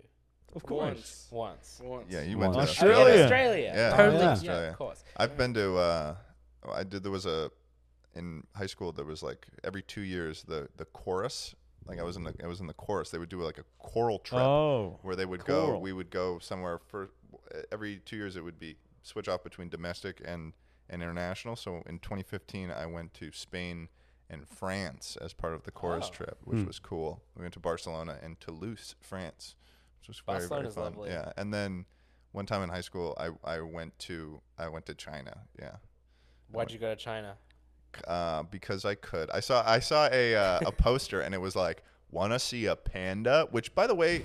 Of course.
once.
Once. Once.
Yeah, you
Wow.
went to
Australia. Oh, yeah.
Australia.
Yeah,
Totally.
Oh, yeah.
Yeah,
Australia.
of course.
I've been to. Uh, I did. There was a in high school. There was like every two years the the chorus. Like I was in the I was in the chorus. They would do like a choral trip
Oh.
where they would go.
Choral.
We would go somewhere for every two years. It would be switch off between domestic and and international. So in 2015, I went to Spain and France as part of the chorus
Oh.
trip, which was cool. We went to Barcelona and Toulouse, France, which was very very
Barcelona's
fun.
lovely.
Yeah, and then. one time in high school, I, I went to I went to China. Yeah.
Why'd you go to China?
uh, because I could. I saw I saw a uh, a poster and it was like, "Wanna see a panda?" Which, by the way,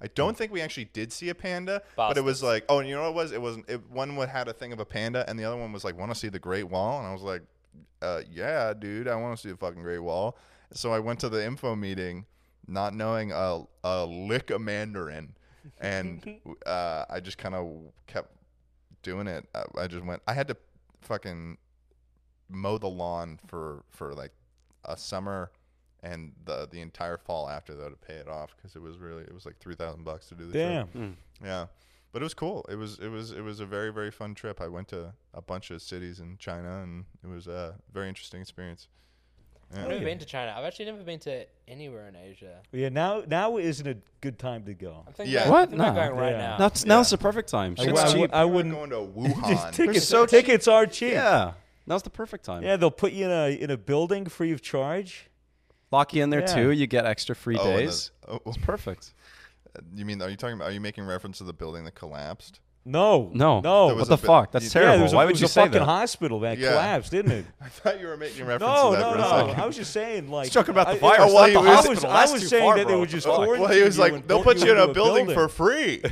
I don't think we actually did see a panda, but it was like, oh, and you know what it was? It wasn't. It, one wa- had a thing of a panda, and the other one was like, "Wanna see the Great Wall?" And I was like, uh, "Yeah, dude, I want to see the fucking Great Wall." So I went to the info meeting, not knowing a a lick of Mandarin, and uh, I just kind of kept doing it. I, I just went. I had to fucking mow the lawn for for like a summer and the the entire fall after though to pay it off because it was really it was like three thousand bucks to do the
Damn.
trip. Yeah, but it was cool. It was it was it was a very very fun trip. I went to a bunch of cities in China and it was a very interesting experience.
I've never
yeah.
been to China. I've actually never been to anywhere in Asia.
Yeah, now now isn't a good time to go.
I'm
<laughs>
thinking
Yeah.
about,
What?
I'm thinking about
No.
going right
Yeah.
now.
That's now's the perfect time.
I,
Shit's
I- I
cheap.
I
We were
wouldn't.
going to
Just
Wuhan.
tickets,
so cheap.
tickets are cheap.
yeah, now's the perfect time.
Yeah, they'll put you in a in a building free of charge.
Lock you in there
Yeah.
too. You get extra free
Oh, and the-
days.
oh, <laughs>
It's perfect.
you mean are you talking about? Are you making reference to the building that collapsed?
No,
No.
no.
There was
What the
a bit-
fuck? That's
Yeah,
Yeah, there
terrible.
was a,
Why
it
would
was
you
a
say
fucking
that?
hospital that
Yeah.
collapsed, didn't it?
I thought you were making reference
No,
to that
no,
for a
no.
second.
I was just saying, like,
talking about the
I- it
virus,
was-
not the
I was,
hospital.
I
That's
was
too
saying
far,
that they
bro.
would just
Well,
quarantine
<laughs> Well, he was
you
like,
and bolt
"They'll put you in a
into
building for free."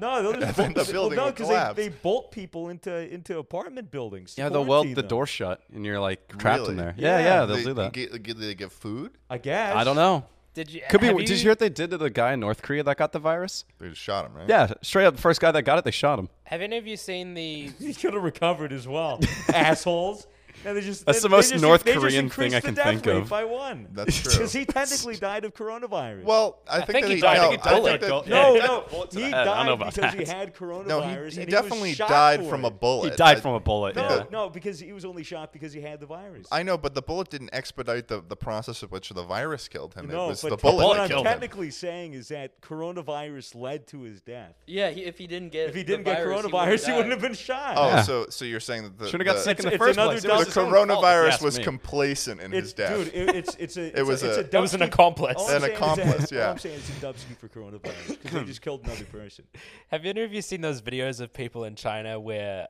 No, they'll just
then the
bolt-
building
well, no,
will
'cause
collapse.
they, they bolt people into into apartment buildings. to
Yeah, they'll weld
quarantine
the
them.
door shut, and you're like trapped in
Really?
there. Yeah, yeah, they'll
they,
do that.
Get, get- they give food.
I guess.
I don't know.
Did you?
Could be.
have
Did you hear what they did to the guy in North Korea that got the virus?
They just shot him, right?
Yeah, straight up, first guy that got it, they shot him.
Have any of you seen the?
<laughs> He could have recovered as
<laughs>
well, assholes. And they just,
That's
they-
the most
they just,
North
they just
Korean thing
increased
I
the
can
death
think
rate
of.
By one, <laughs>
That's true.
because he technically died of coronavirus.
Well, I, think,
think
that
he
he
died
No,
like a
I
bullet.
think
<laughs>
that, <laughs>
no,
Yeah.
no,
Bullet to
he
the head. I don't know
died
about
because he
that.
had coronavirus.
no, he, he
and
definitely
he was shot
died
for
from
it.
a bullet.
He died
I-
from a bullet.
No,
yeah.
No, no, because he was only shot because he had the virus.
I know, but the bullet didn't expedite the, the process of which the virus killed him.
no,
it was
but
the
what
bullet that
I'm
killed him.
technically saying is that coronavirus led to his death.
Yeah, he, if he didn't get
If he
the
didn't get
virus,
coronavirus, he wouldn't
died.
have been shot.
Oh,
Yeah.
so so you're saying that the,
Should have got
the-
sick in
It's-
the
it's
first
another
place. It
the
was
double-
his own fault, if you
coronavirus
ask
was
Oh, me.
complacent in his
It's,
death.
dude, it, it's it's a. It's
was
a, it's
a-
a
<laughs> It
was an
dubsky-
accomplice.
all
An
I'm saying is that-
accomplice,
All
yeah.
I'm saying is it's a dubsky for coronavirus because they just killed another person.
<laughs> Have any of you seen those videos of people in China where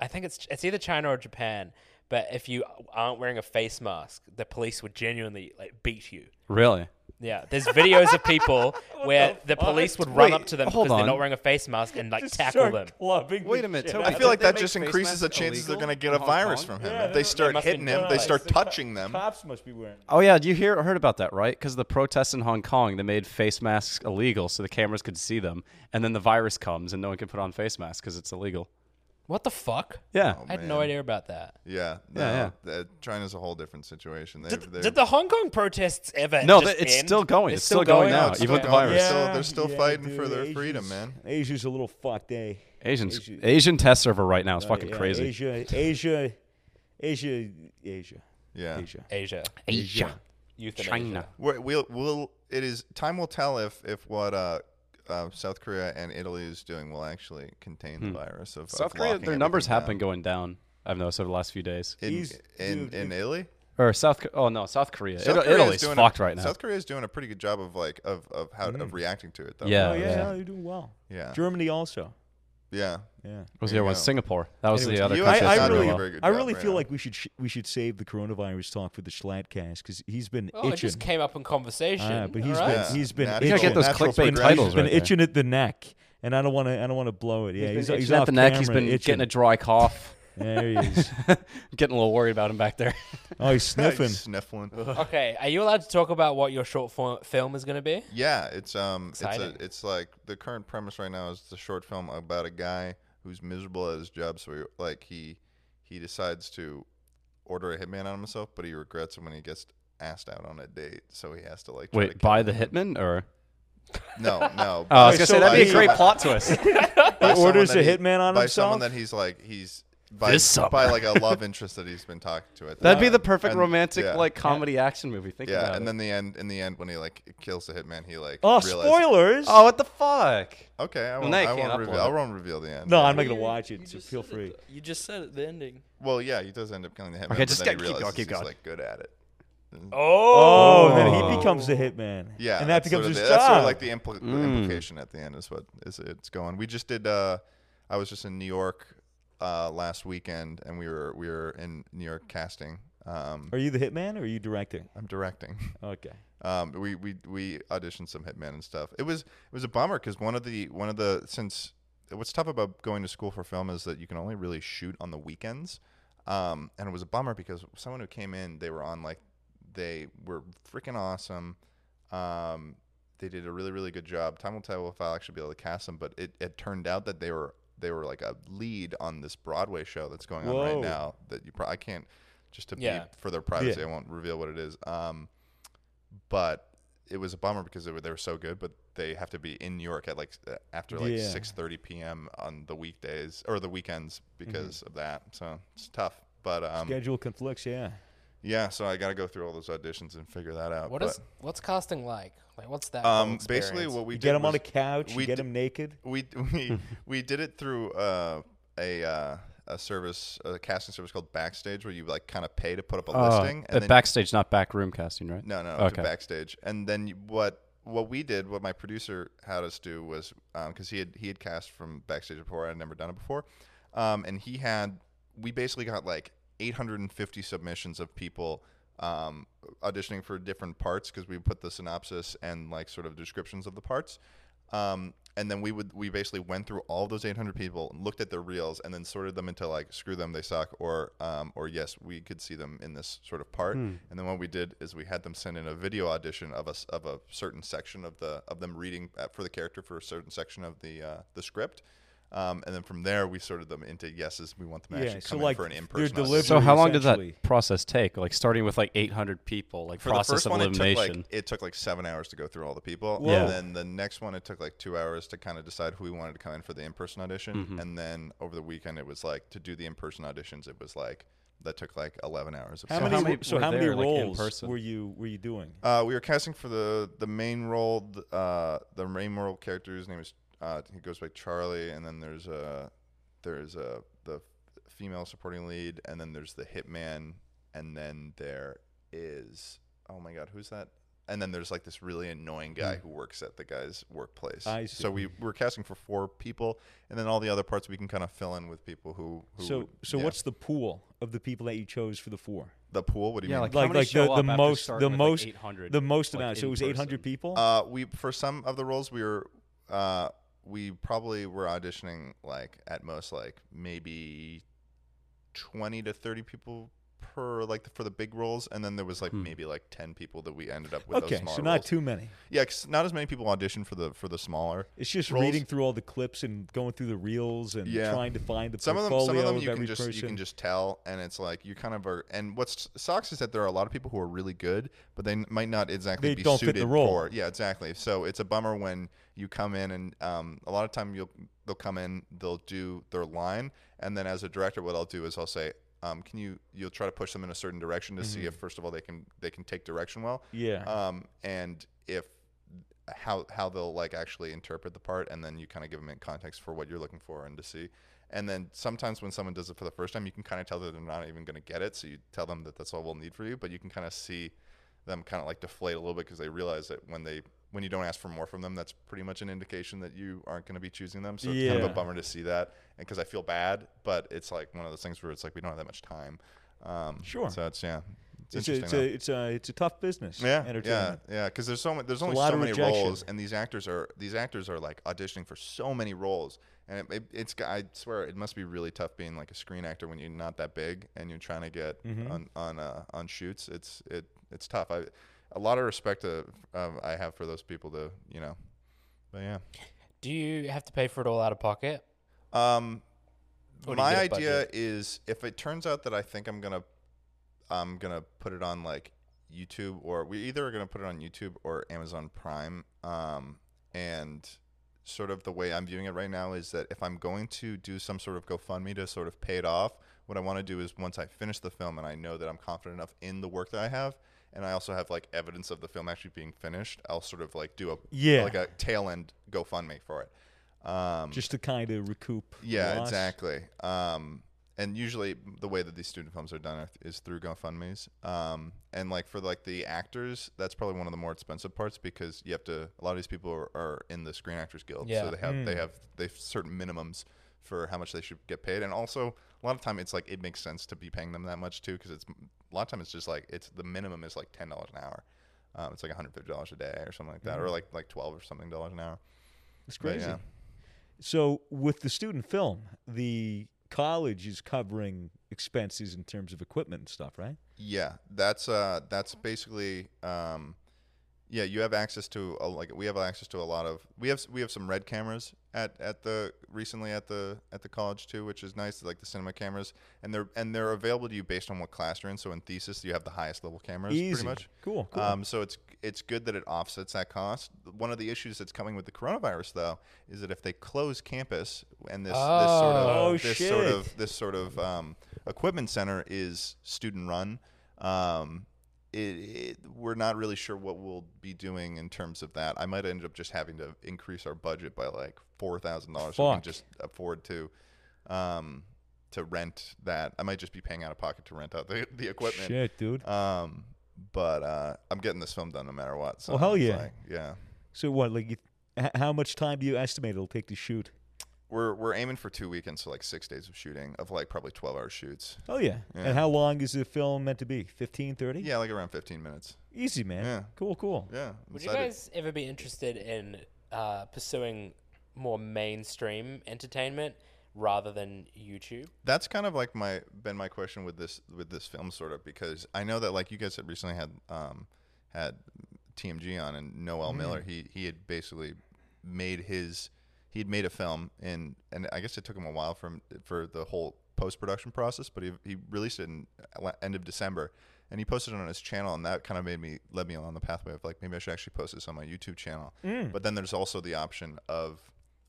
I think it's it's either China or Japan, but if you aren't wearing a face mask, the police would genuinely like beat you.
Really?
Yeah, there's videos of <laughs> people where the,
the fuck?
police would run
Wait,
up to them
hold
because they're
on.
not wearing a face mask and like
Just
tackle
start
them.
clubbing
Wait
the
a minute,
shit
tell
out
me-
of
I feel like
Did they
that
make
just
face
increases the
masks
chances they're
illegal
going to
in
get a
Hong
virus
Kong?
from
Yeah,
him. If
they
they
don't-
start
must
hitting him,
control
they
it.
start
The co-
touching them.
Cops must be wearing.
Oh yeah, you hear heard about that, right? Because the protests in Hong Kong, they made face masks illegal so the cameras could see them, and then the virus comes and no one can put on face masks because it's illegal.
What the fuck?
Yeah.
I had no
man.
idea about that.
Yeah, no,
yeah.
that- China's a whole different situation. They,
Did, did the Hong Kong protests ever?
No,
just
that- it's
end?
still going.
They're
It's still going now,
it's
even
still
with the
going.
virus.
They're still- they're still fighting for their
Asia's-
freedom, man.
Asia's a little fucked, eh?
Asians,
Asia-
Asian test server right now is fucking
Yeah,
crazy.
Asia, Asia, Asia, Asia,
yeah.
Asia.
Asia.
Asia.
Euthanasia.
China.
We're, we'll, we'll, it is time will tell if if what uh, uh, South Korea and Italy is doing will actually contain
Hmm.
the virus. Of,
South
of
Korea,
locking
their numbers
everything
have been going down. I've noticed over the last few days.
down. in
He's-
in,
dude,
in
it-
Italy.
Or South, Co- oh no, South Korea.
South
Ita-
Korea is
Italy's
doing
fucked
a,
right now.
South Korea is doing a pretty good job of like of, of how
Hmm.
of reacting to it though.
Yeah.
Oh yeah,
Yeah.
yeah, you're doing well.
yeah,
Germany also.
yeah.
Yeah.
What was the
There you
other one?
go.
Singapore. That was
Anyways,
the other
you-
country.
It's
I, I
that's
not
doing
really,
doing
well.
very good
I
job
really
right
feel
now.
like we should sh- we should save the coronavirus talk for the Schlatcast because he's been
Oh, it
itching.
just came up in conversation.
Ah, but he's
All right.
Yeah.
been he's been
Natural-
itching.
You gotta get those
natural
clickbait
progression.
titles
He's been
right there.
itching at the neck, and I don't want to I don't want to blow it. Yeah,
He's
he's,
been
he's
itching at
off
the neck. He's
camera
been
itching.
getting a dry cough. <laughs>
There he
<laughs>
is.
getting a little worried about him back there.
Oh, he's
Nice
sniffing.
sniffling.
Okay, are you allowed to talk about what your short for- film is going to be?
Yeah, it's um, it's a,
Exciting.
it's like the current premise right now is it's a short film about a guy who's miserable at his job, so he, like he he decides to order a hitman on himself, but he regrets it when he gets asked out on a date, so he has to like try to <laughs>
Wait,
kill
by
him.
the hitman or?
no
Oh,
no
I
by-
was gonna say that'd be a
by
great
some-
plot twist.
by someone
orders
that
a
he-
hitman on
by
himself?
someone that he's like he's by
This summer.
by like a love interest that he's been talking to at the
That'd be
time.
the perfect
And-
romantic
yeah,
like comedy action movie. Think
<laughs> yeah
about
and
it.
then the end in the end when he like kills the hitman he like
Oh,
realizes-
spoilers!
oh, what the fuck?
okay I
Well,
won't,
now you
I
can't
won't reveal
upload
I
it.
won't reveal the end
no,
yeah.
I'm not gonna
You-
watch
you
it. So
just
feel
said
free.
it, though. you just said it, the ending.
Well, yeah, he does end up killing the hitman.
Okay,
but
just
then he
keep going,
realizes
keep
he's,
going.
like good at it.
Oh, then
Oh.
he becomes the hitman.
Yeah,
and that
that's sort
becomes
of
his
the-
job. Mm.
That's sort of like the, impl- the implication at the end is what is it's going. We just did uh, I was just in New York uh, last weekend, and we were we were in New York casting. Um,
Are you the hitman or are you directing?
I'm directing. <laughs>
Okay.
Um, we, we we auditioned some hitmen and stuff. It was it was a bummer because one of the one of the since what's tough about going to school for film is that you can only really shoot on the weekends. Um, and it was a bummer because someone who came in, they were on like they were freaking awesome. Um, they did a really really good job. Time will tell if I'll actually be able to cast them, but it, it turned out that they were they were like a lead on this Broadway show that's going on
Whoa.
right now that you probably I can't just to
Yeah.
be for their privacy. I won't reveal what it is. Um, but it was a bummer because they were they were so good, but they have to be in New York at like s- after like
Yeah.
six thirty p.m. on the weekdays or the weekends because
Mm-hmm.
of that. So it's tough. But um,
Schedule conflicts, yeah.
yeah, so I got to go through all those auditions and figure that out.
What
Uh, but,
is what's casting like? Like what's that? whole
um, basically
experience?
what we
You
did
get him on
was-
a couch, you
we
get
d-
him naked.
we <laughs> we we did it through uh, a uh, a service a casting service called Backstage where you like kind of pay to put up a
Ah,
listing
uh, backstage, not back room casting, right?
No, no,
Okay.
to backstage. And then you- what what we did, what my producer had us do was because he had he had cast from backstage before, I had never done it before, um, and he had we basically got like 850 submissions of people um, auditioning for different parts because we put the synopsis and like sort of descriptions of the parts. Um, and then we would we basically went through all those 800 people, looked at their reels, and then sorted them into like screw them, they suck, or um, or yes, we could see them in this sort of part.
Hmm.
And then what we did is we had them send in a video audition of us of a certain section of the of them reading uh, for the character for a certain section of the uh, the script. Um, and then from there, we sorted them into yeses. We want them to
Yeah,
actually
so,
come
like,
in for an
their
in-person.
delivery-
audition.
So how long did
essentially.
that process take? Like starting with like 800 people, like
for
process
the first
of
one,
elimination.
It took, like, it took like seven hours to go through all the people.
Whoa.
And then the next one, it took like two hours to kind of decide who we wanted to come in for the in person audition.
Mm-hmm.
And then over the weekend, it was like to do the in person auditions, it was like that took like 11 hours. Of
How
stuff.
many,
how many
so
were
how many
there, like, in
roles
person?
were you were you doing?
Uh, we were casting for the the main role. th- Uh, the main role character, his name is uh, he goes by Charlie, and then there's a there's a the female supporting lead, and then there's the hitman, and then there is oh my god, who's that? And then there's like this really annoying guy who works at the guy's workplace.
Hmm. I see.
So we we're casting for four people, and then all the other parts we can kind of fill in with people who. who
So
would-
so
yeah.
what's the pool of the people that you chose for the four?
the pool? What do you
Yeah,
mean?
like, how
Like
many
like
show
the, the
up after
most
starting
the
with, like,
most
800,
the most
like,
amount. So
in
it was
person?
800 people.
Uh, we for some of the roles we were, uh, we probably were auditioning like at most like maybe twenty to thirty people per like for the big roles, and then there was like maybe like ten people that we ended up with.
Hmm. okay,
those smaller
so not
roles.
too many.
Yeah, 'cause not as many people auditioned for the for the smaller.
It's just
roles.
reading through all the clips and going through the reels and
Yeah.
trying to find the
some of them
portfolio
some of them
of
you
every
can just
person.
you can just tell and it's like you kind of are and what s- sucks is that there are a lot of people who are really good but they n- might not exactly
They
be
don't fit
suited
the role.
for yeah exactly so it's a bummer when you come in and um, a lot of time you'll they'll come in they'll do their line and then as a director what I'll do is I'll say um, can you you'll try to push them in a certain direction to
Mm-hmm.
see if first of all they can they can take direction well
Yeah.
um, and if how how they'll like actually interpret the part, and then you kind of give them in context for what you're looking for and to see. And then sometimes when someone does it for the first time, you can kind of tell that they're not even going to get it, so you tell them that that's all we'll need for you. But you can kind of see them kind of like deflate a little bit because they realize that when they when you don't ask for more from them, that's pretty much an indication that you aren't going to be choosing them. So it's kind of
Yeah.
a bummer to see that, and because I feel bad, but it's like one of those things where it's like we don't have that much time. Um,
Sure.
So it's yeah, it's,
it's, a,
interesting.
it's,
though.
a, it's a it's a tough business.
Yeah, yeah,
entertainment.
yeah. Because there's so many, there's only
lot
so
of
many
rejection.
roles, and these actors are these actors are like auditioning for so many roles, and it, it, it's I swear it must be really tough being like a screen actor when you're not that big and you're trying to get
Mm-hmm.
on on uh, on shoots. It's it it's tough. I a lot of respect to, um, I have for those people to you know, but yeah.
Do you have to pay for it all out of pocket?
Um,
Or do you
my
get a
idea is if it turns out that I think I'm gonna, I'm gonna put it on like YouTube or we either are gonna put it on YouTube or Amazon Prime. Um, and sort of the way I'm viewing it right now is that if I'm going to do some sort of GoFundMe to sort of pay it off, what I want to do is once I finish the film and I know that I'm confident enough in the work that I have. And I also have like evidence of the film actually being finished. I'll sort of like do a
Yeah.
like a tail end GoFundMe for it. Um,
Just to kind of recoup.
yeah,
loss.
exactly. Um, and usually the way that these student films are done are- is through GoFundmes. Um, and like for like the actors, that's probably one of the more expensive parts because you have to. A lot of these people are, are in the Screen Actors Guild,
Yeah.
Hmm.
so they have they have they have certain minimums for how much they should get paid. And also, a lot of time it's like it makes sense to be paying them that much too, because it's a lot of time it's just like it's the minimum is like ten dollars an hour. Um, it's like one hundred fifty dollars a day or something like that, or like like twelve or something dollars an hour.
It's
But
Hmm. crazy.
yeah.
So with the student film, the college is covering expenses in terms of equipment and stuff, right?
Yeah, that's uh, that's basically um, yeah. You have access to a, like we have access to a lot of we have s- we have some red cameras at, at the recently at the at the college too, which is nice. Like the cinema cameras, and they're and they're available to you based on what class you're in. So in thesis, you have the highest level cameras
Easy.
pretty much.
Cool. cool.
Um, so it's it's good that it offsets that cost. One of the issues that's coming with the coronavirus, though, is that if they close campus and this, this sort of
Oh. Oh,
this sort
shit.
of this sort of um, equipment center is student run, um, it, it, we're not really sure what we'll be doing in terms of that. I might end up just having to increase our budget by like four thousand dollars so we can
Fuck.
just afford to. Um, to rent that, I might just be paying out of pocket to rent out the, the equipment.
Shit, dude.
Um, but uh, I'm getting this film done no matter what. So
Oh, hell
it's
yeah.
like, yeah.
So what? Like, you, h- how much time do you estimate it'll take to shoot?
We're we're aiming for two weekends, so like six days of shooting, of like probably 12 hour shoots.
Oh yeah.
Yeah.
And how long is the film meant to be? 15, 30?
Yeah, like around 15 minutes.
Easy, man.
Yeah.
Cool, cool.
Yeah. I'm
Would you
excited.
guys ever be interested in uh, pursuing more mainstream entertainment rather than YouTube?
That's kind of like my been my question with this with this film sort of because I know that like you guys had recently had um had TMG on and Noel Miller he he had basically made his he had made a film and and I guess it took him a while from for the whole post production process but he he released it in la- end of December and he posted it on his channel and that kind of made me led me along the pathway of like maybe I should actually post this on my YouTube channel but then there's also the option of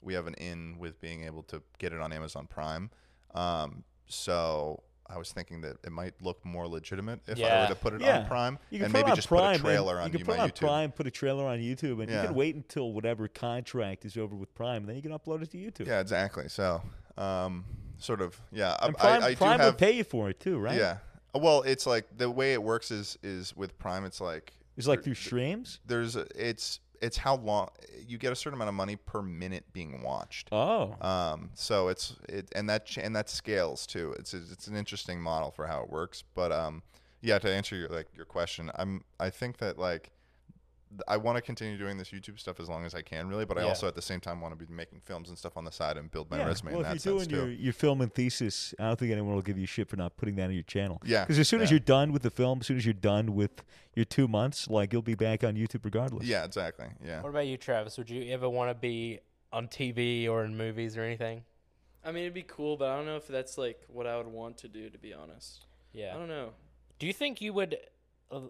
we have an in with being able to get it on Amazon Prime. Um, so I was thinking that it might look more legitimate if I
Yeah.
were to put it
Yeah.
on Prime
You can
and
put it
maybe
on
just
Prime,
put a
and
trailer on
you
you
can put it
my
on
YouTube.
Prime, put a trailer on YouTube, and you
Yeah.
can wait until whatever contract is over with Prime, then you can upload it to YouTube.
Yeah, exactly. So um, sort of yeah. Um, I,
And Prime,
I, I do
Prime
have
will pay you for it too, right?
yeah. Well, it's like the way it works is is with Prime. It's like
It's like through streams.
there's a, it's it's how long you get a certain amount of money per minute being watched.
Oh,
Um, so it's it and that ch- and that scales too. It's it's an interesting model for how it works. But um, yeah, to answer your like your question, I'm I think that like th- I want to continue doing this YouTube stuff as long as I can, really. But I
Yeah.
also at the same time want to be making films and stuff on the side and build my
yeah.
resume
Well,
in that
if you're
sense
doing your,
too.
your film and thesis, I don't think anyone will give you shit for not putting that on your channel.
Yeah,
Because as soon as
yeah.
you're done with the film, as soon as you're done with your two months, like you'll be back on YouTube regardless.
Yeah, exactly. Yeah.
What about you, Travis? Would you ever want to be on TV or in movies or anything?
I mean, it'd be cool, but I don't know if that's like what I would want to do. To be honest, I
Yeah.
don't know.
Do you think you would, uh,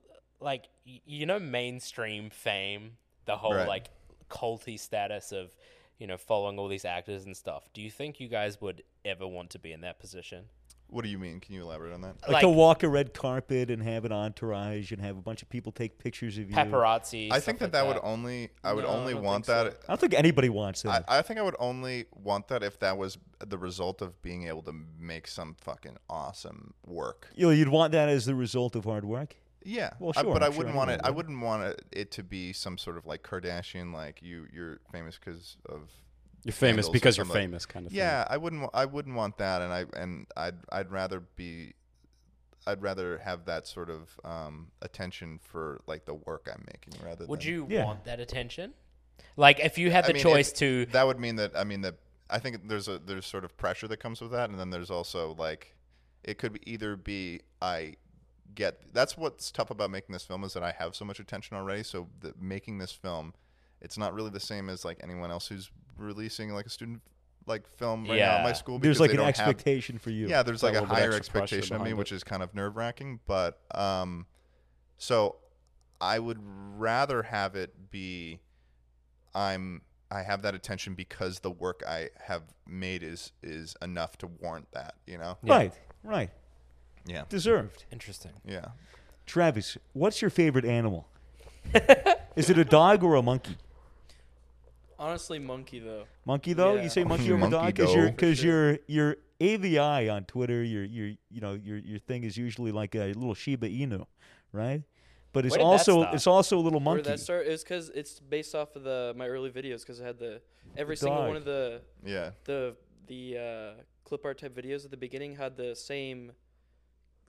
like, y- you know, mainstream fame, the whole
Right.
like culty status of, you know, following all these actors and stuff? Do you think you guys would ever want to be in that position?
What do you mean? Can you elaborate on that?
Like, to walk a red carpet and have an entourage and have a bunch of people take pictures of you.
paparazzi.
I
stuff
think that
like
that would only I would
No, I
only
don't
want
think so.
that
I don't think anybody wants that.
I, I think I would only want that if that was the result of being able to make some fucking awesome work.
you know, you'd want that as the result of hard work.
Yeah.
Well,
I-
sure,
but
I'm
I
sure
wouldn't want it.
anyone
I
would.
wouldn't want it, it to be some sort of like Kardashian, like you. You're famous because of.
You're famous
scandals or
because you're
something.
famous, kind of.
Yeah, I wouldn't. wa- I wouldn't want that, and I and I'd I'd rather be. I'd rather have that sort of um, attention for like the work I'm making rather.
Would
than,
you
Yeah.
want that attention? Like, if you had
I
the
mean, if-
choice to,
That would mean that. I mean that. I think there's a there's sort of pressure that comes with that, and then there's also like, it could be- either be I get. That's what's tough about making this film is that I have so much attention already. So the, making this film, it's not really the same as like anyone else who's releasing like a student like film right now at my
Yeah.
school.
There's
because
like
they
an
don't have-
expectation for you.
yeah, there's
Got
like
a
a
little bit
higher
extra pressure
expectation of me,
behind
which is kind of nerve wracking. But um, so I would rather have it be I'm I have that attention because the work I have made is is enough to warrant that. You know?
Right. Right.
Yeah.
Deserved.
interesting.
Yeah.
Travis, what's your favorite animal? Is it a dog or a monkey?
Honestly, monkey though.
Monkey though?
Yeah.
You say
<laughs>
monkey over
Monkey
dog because your
though.
because your your AVI on Twitter, your your you know your your thing is usually like a little Shiba Inu, right? But it's
Where did that
also
start?
it's also a little
Where
monkey.
that start is because it's based off of the my early videos because I had the every
The
single
dog.
one of the
Yeah.
the the uh, clip art type videos at the beginning had the same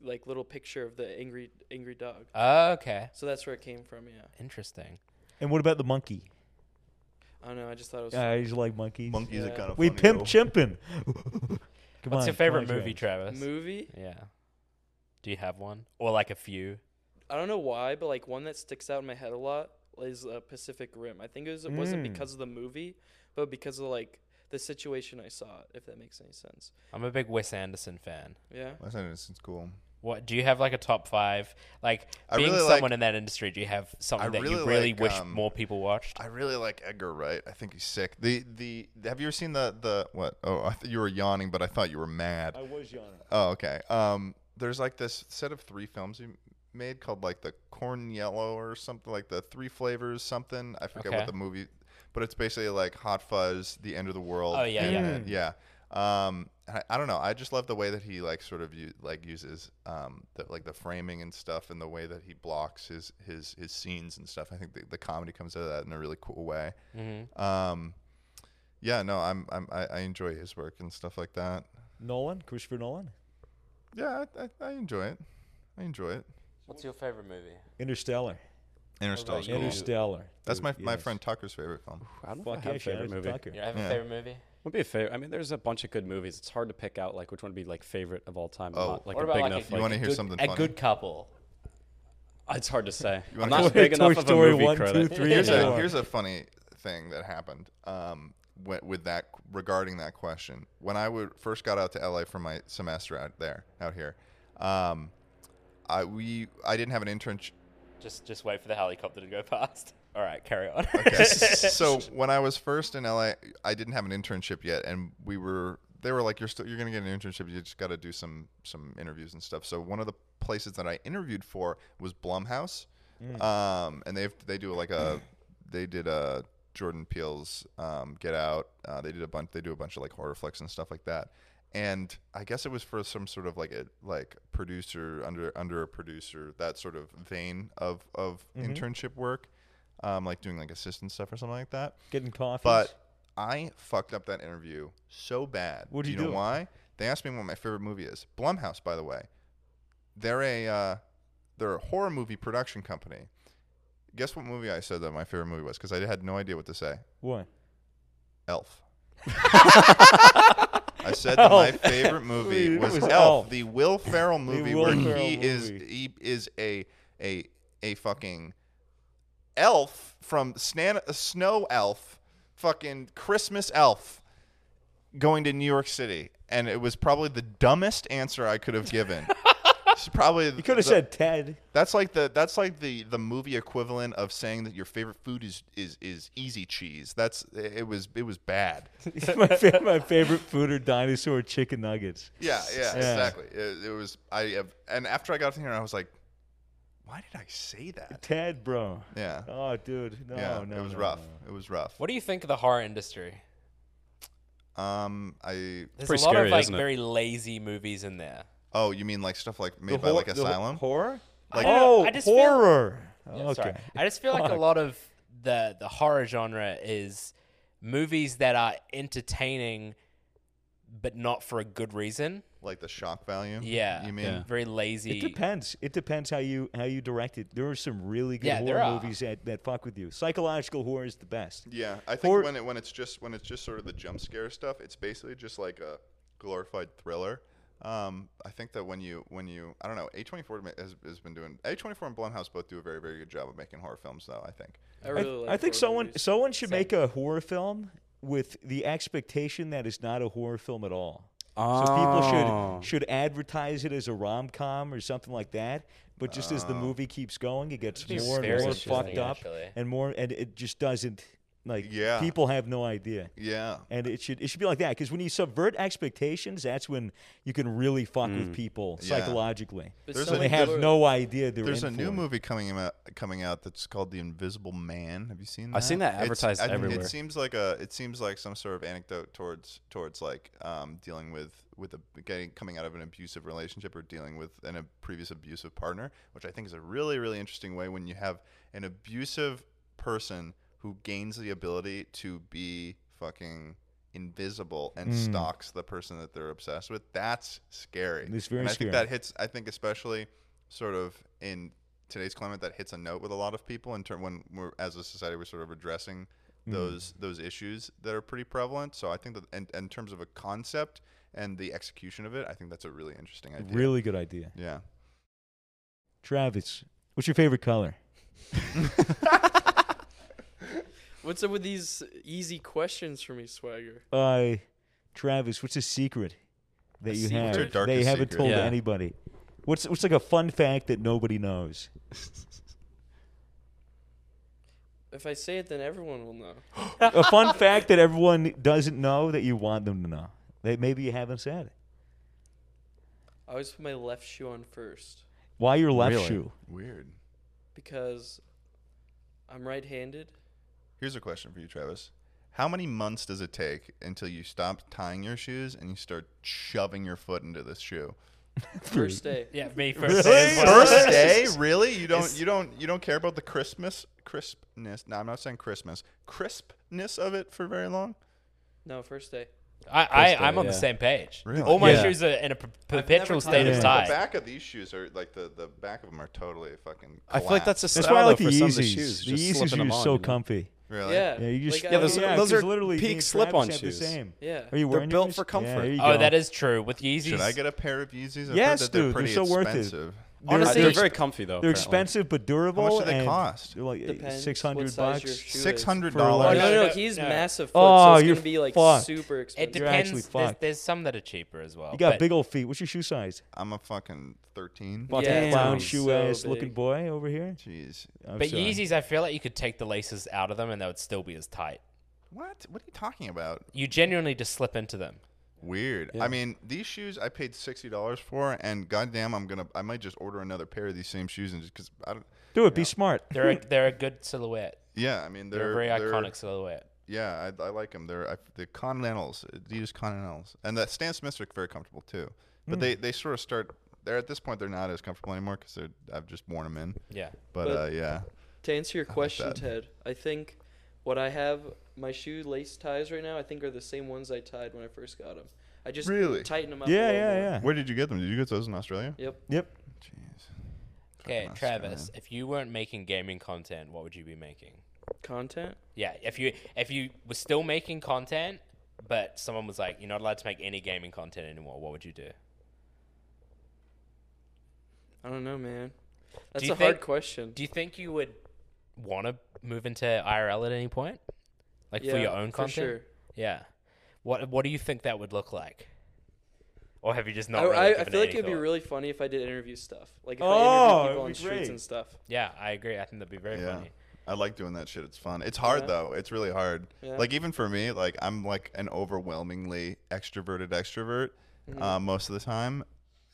like little picture of the angry angry dog.
Okay.
So that's where it came from. Yeah.
Interesting.
And what about the monkey?
I don't know. I just thought it was.
Yeah, I just like monkeys.
Monkeys are
Yeah.
kind of
We
funny,
pimp
though.
chimpin'. <laughs> Come
What's
on,
your favorite
come on,
movie,
James.
Travis?
Movie?
Yeah. Do you have one or like a few?
I don't know why, but like one that sticks out in my head a lot is uh, Pacific Rim. I think it was, it wasn't
Mm.
because of the movie, but because of like the situation I saw. If that makes any sense.
I'm a big Wes Anderson fan.
Yeah.
Wes Anderson's cool.
What do you have like a top five? Like
I
being
really
someone
like-
in that industry, do you have something
I
that you
really
really
like,
wish
um,
more people watched?
I really like Edgar Wright. I think he's sick. The the have you ever seen the the what? Oh, I th- you were yawning, but I thought you were mad.
I was yawning.
Oh, okay. Um, there's like this set of three films he made called like the corn yellow or something like the three flavors something. I forget
Okay.
what the movie, but it's basically like Hot Fuzz, The End of the World.
Oh, yeah,
and
yeah.
then- yeah. Um, and I, I don't know. I just love the way that he like sort of u- like uses um the, like the framing and stuff, and the way that he blocks his his his scenes and stuff. I think the, the comedy comes out of that in a really cool way. Mm-hmm. Um, yeah, no, I'm, I'm I, I enjoy his work and stuff like that.
Nolan, Christopher Nolan,
Yeah, I, I, I enjoy it. I enjoy it.
What's your favorite movie?
Interstellar,
Interstellar's
you?
cool.
Interstellar.
That's
Dude,
my, my
yes.
friend Tucker's favorite film.
I don't
Fuck
know
yeah,
if I have a favorite
favorite
movie.
Tucker.
You don't have
Yeah.
a favorite movie?
Would be a favorite. I mean, there's a bunch of good movies. It's hard to pick out like which one would be like favorite of all time.
Oh.
not, like
What
a
about,
big
like,
enough.
a-
You
like-
want to hear
Good-
something
a
funny?
good couple.
it's hard to say. I'm
wanna
not
hear-
big enough
Toy
of a
Story
movie
one, two,
critic.
<laughs>
three,
here's,
Yeah.
a, here's a funny thing that happened um, with, with that regarding that question. When I would first got out to LA for my semester out there out here, um, I we I didn't have an internship.
Just just wait for the helicopter to go <laughs> past.
All right, carry on.
Okay. so when I was first in LA, I didn't have an internship yet, and we were they were like, "You're still you're gonna get an internship. You just got to do some some interviews and stuff." So one of the places that I interviewed for was Blumhouse, um, and they they do like a they did a Jordan Peele's um, Get Out. Uh, they did a bunch. They do a bunch of like horror flicks and stuff like that. And I guess it was for some sort of like a like producer under under a producer that sort of vein of of internship work, um, like doing like assistant stuff or something like that.
Getting coffee.
But I fucked up that interview so bad.
What'd
do
you
you know
do?
why? They asked me what my favorite movie is. Blumhouse, by the way. They're a uh, they're a horror movie production company. Guess what movie I said that my favorite movie was? Because I had no idea what to say.
what? <laughs>
Elf. I said that my favorite movie
It
was,
was
Elf,
Elf.
the Will Ferrell movie
Will
where
Ferrell
he is
movie.
he is a a a fucking elf from Snan- a snow elf, fucking Christmas elf, going to New York City, and it was probably the dumbest answer I could have
<laughs>
given. It's probably
You could have said Ted.
that's like the that's like the the movie equivalent of saying that your favorite food is is is easy cheese. That's it was it
<laughs>
was bad.
my, fa- my favorite food are dinosaur chicken nuggets.
Yeah, yeah,
Yeah.
exactly. It, it was I have, and after I got here, I was like, why did I say that?
Ted, bro.
Yeah,
Oh, dude. No,
yeah,
no.
it was
no,
rough.
no.
It was rough.
What do you think of the horror industry?
Um, I
There's
Pretty
a lot
scary,
of like
isn't it?
very lazy movies in there.
oh, you mean like stuff like made
The
by
hor-
like
the
Asylum?
Horror?
Like-
I don't know,
oh,
I just feel-
horror.
Yeah,
okay.
sorry. I just feel like a
Fuck.
lot of the the horror genre is movies that are entertaining but not for a good reason.
like the shock value?
Yeah.
Mm-hmm. you mean
Yeah.
Very lazy.
It depends. It depends how you how you direct it. There are some really good
Yeah, there
horror
are.
movies that, that fuck with you. Psychological horror is the best.
Yeah, I think
Or-
when it when it's just when it's just sort of the jump scare stuff, it's basically just like a glorified thriller. Um, I think that when you when you I don't know, A twenty four has, has been doing A twenty four and Blumhouse both do a very very good job of making horror films though. I think.
I really like.
I think
horror
someone
movies.
someone should make a horror film with the expectation that it's not a horror film at all. So
Oh.
Ah.
people should should advertise it as a rom com or something like that. But just as the
Ah.
movie keeps going, it gets
That'd be
more
very
and more
interesting,
fucked up
actually.
and more, and it just doesn't like.
Yeah.
people have no idea.
Yeah.
And it should it should be like that because when you subvert expectations, that's when you can really fuck with people
Mm. Yeah.
psychologically.
But
There's
some
a-
They have
people-
no idea they're
There's
in
a new
for it.
movie coming out coming out that's called The Invisible Man. Have you seen that?
I've seen that
It's-
advertised
I think
everywhere.
It seems like a it seems like some sort of anecdote towards towards like um, dealing with with a getting coming out of an abusive relationship or dealing with an, a previous abusive partner, which I think is a really really interesting way when you have an abusive person who gains the ability to be fucking invisible
Mm.
and stalks the person that they're obsessed with. That's scary.
It's very
and I
scary.
think that hits. I think especially sort of in today's climate, that hits a note with a lot of people in term when we're as a society we're sort of addressing those those issues that are pretty prevalent. So I think that in, in terms of a concept and the execution of it, I think that's a really interesting idea.
Really good idea.
Yeah.
Travis, what's your favorite color?
What's up with these easy questions for me, Swagger?
Uh, Travis, what's a secret that
A
you
secret?
have
What's your
that you
darkest
haven't
secret?
told
Yeah.
anybody? What's what's like a fun fact that nobody knows?
If I say it, then everyone will know.
a
<laughs>
fun fact that everyone doesn't know that you want them to know. That maybe you haven't said. it.
I always put my left shoe on first
Why your left
Really?
shoe?
Weird.
because I'm right-handed.
Here's a question for you, Travis. How many months does it take until you stop tying your shoes and you start shoving your foot into this shoe?
First day.
Yeah, me first.
First day, really? You don't you don't you don't care about the Christmas crispness. No, I'm not saying Christmas. Crispness of it for very long?
No, first day.
I, I,
First
I'm
day,
on the
yeah.
same page.
Really?
All my
Yeah.
shoes are in a per- perpetual
tied
state
them.
of
Yeah.
tie.
The back of these shoes are like the, the back of them are totally fucking
I feel like that's a
collapsed.
That's
style
why I like
though,
the
for some of
Yeezys.
the shoes.
the
just
Yeezys
slipping
are
them on,
so
you know?
comfortly.
really
Yeah.
Yeah, you just
like,
Yeah,
I
those-
don't-
yeah,
those
'cause
are
literally me
peak
and Travis
slip-on
have
shoes.
The same.
Yeah.
Are you
They're
wearing
built
yours?
for comfort.
Yeah, there you
Oh,
go.
that is true. With Yeezys,
Should I get a pair of Yeezys? I've heard
Yes,
that they're
dude, they're
pretty
so worth it.
expensive.
Honestly,
they're,
Uh, they're very comfy though.
they're
apparently.
expensive but durable.
How much do they
and
cost?
They're like
Depends
six
what
hundred
size your
bucks.
shoe is.
Six hundred
Oh,
dollars.
no, no,
No,
no, he's
no.
massive foot,
Oh,
so it's
you're
gonna be like
fucked.
super
It
expensive.
You're actually
depends. There's,
fucked.
there's some that are cheaper as well.
You got
but
big old feet. What's your shoe size?
I'm a fucking thirteen.
Fuck
Yeah,
yeah.
it's
Clown
so
shoe ass looking
big.
boy over here.
Jeez.
I'm
But
sorry.
Yeezys, I feel like you could take the laces out of them and they would still be as tight.
What? What are you talking about?
You genuinely just slip into them.
Weird. I mean, these shoes I paid sixty dollars for, and goddamn, I'm gonna, I might just order another pair of these same shoes, and just because I don't.
do it. Be smart.
They're
<laughs>
a, they're a good silhouette.
Yeah, I mean,
They're,
they're
a very
they're-
iconic silhouette.
Yeah, I, I like them. They're I, the Continentals, Adidas Continentals, and that Stan Smiths are very comfortable too. But they
Hmm.
they sort of start. They're at this point they're not as comfortable anymore because they're I've just worn them in.
Yeah.
But,
But-
uh, yeah,
To answer your question,
that.
Ted, I think what I have my shoe lace ties right now, I think are the same ones I tied when I first got them. I just
Really?
tighten them up. a
Yeah,
little
yeah,
more.
yeah.
where did you get them? Did you get those in Australia?
Yep.
Yep.
Jeez.
Okay,
Fucking
Travis,
Australian.
if you weren't making gaming content, what would you be making?
Content.
Yeah, if you if you were still making content, but someone was like, "You're not allowed to make any gaming content anymore," what would you do?
I don't know, man. That's
you
a hard
think-
question.
Do you think you would want to move into IRL at any point, like for your own content?
sure.
Yeah. What What do you think that would look like? Or have you just not?
I,
really
I, I
given it
feel like
any
it'd be
thought?
really funny if I did interview stuff. Like if
Oh,
I
it'd
interviewed people
be
on streets
great.
and stuff.
Yeah, I agree. I think that'd be very
Yeah.
funny.
I like doing that shit. It's fun. It's hard
Yeah.
though. It's really hard.
Yeah.
Like even for me, like I'm like an overwhelmingly extroverted extrovert uh, most of the time,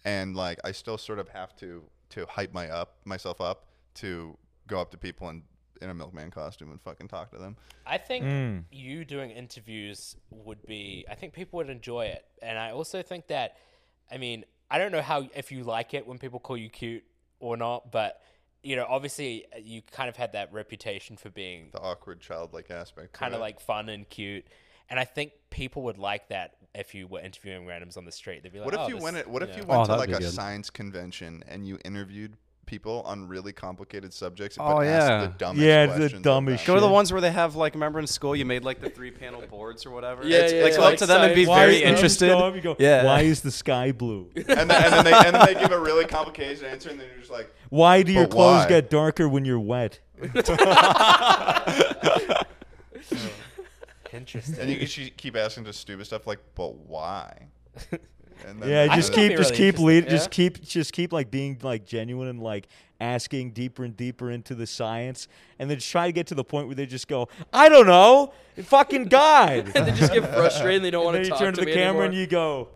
and like I still sort of have to to hype my up myself up to go up to people and in a milkman costume and fucking talk to them.
I think you doing interviews would be. I think people would enjoy it, and I also think that. I mean, I don't know how if you like it when people call you cute or not, but you know, obviously, uh, you kind of had that reputation for being
The awkward childlike aspect. to
kind of
it.
like fun and cute, and I think people would like that if you were interviewing randoms on the street. They'd be like,
What if
"Oh,
you
this-
went? At, what if
yeah."
you
Oh,
went to
that'd
like
be
a
good.
science convention and you interviewed people on really complicated subjects?
Oh,
but
yeah.
asked the dumbest
Yeah, the
questions of
dumbest
them?
Go to the
Shit.
ones where they have like remember in school you made like the three panel boards or whatever.
Yeah,
It's-
yeah,
like
yeah.
go up
Like
to them and be
science-
very
Why is-
interested.
Stop, you go,
yeah.
Why is the sky blue?
and then, and then they and then they give a really complicated answer, and then you're just like,
Why do your
But
clothes
why?
get darker when you're
<laughs>
wet?
Interesting.
and you <laughs> can she- keep asking just stupid stuff like, but why? And then
Yeah,
and
just
then-
keep,
be
just
really
keep, lead, just
Yeah.
keep, just keep like being like genuine and like asking deeper and deeper into the science, and then try to get to the point where they just go, I don't know, fucking God.
<laughs> they just get frustrated and they don't want
then
to
you
talk
turn to the
me
camera
anymore.
and you go,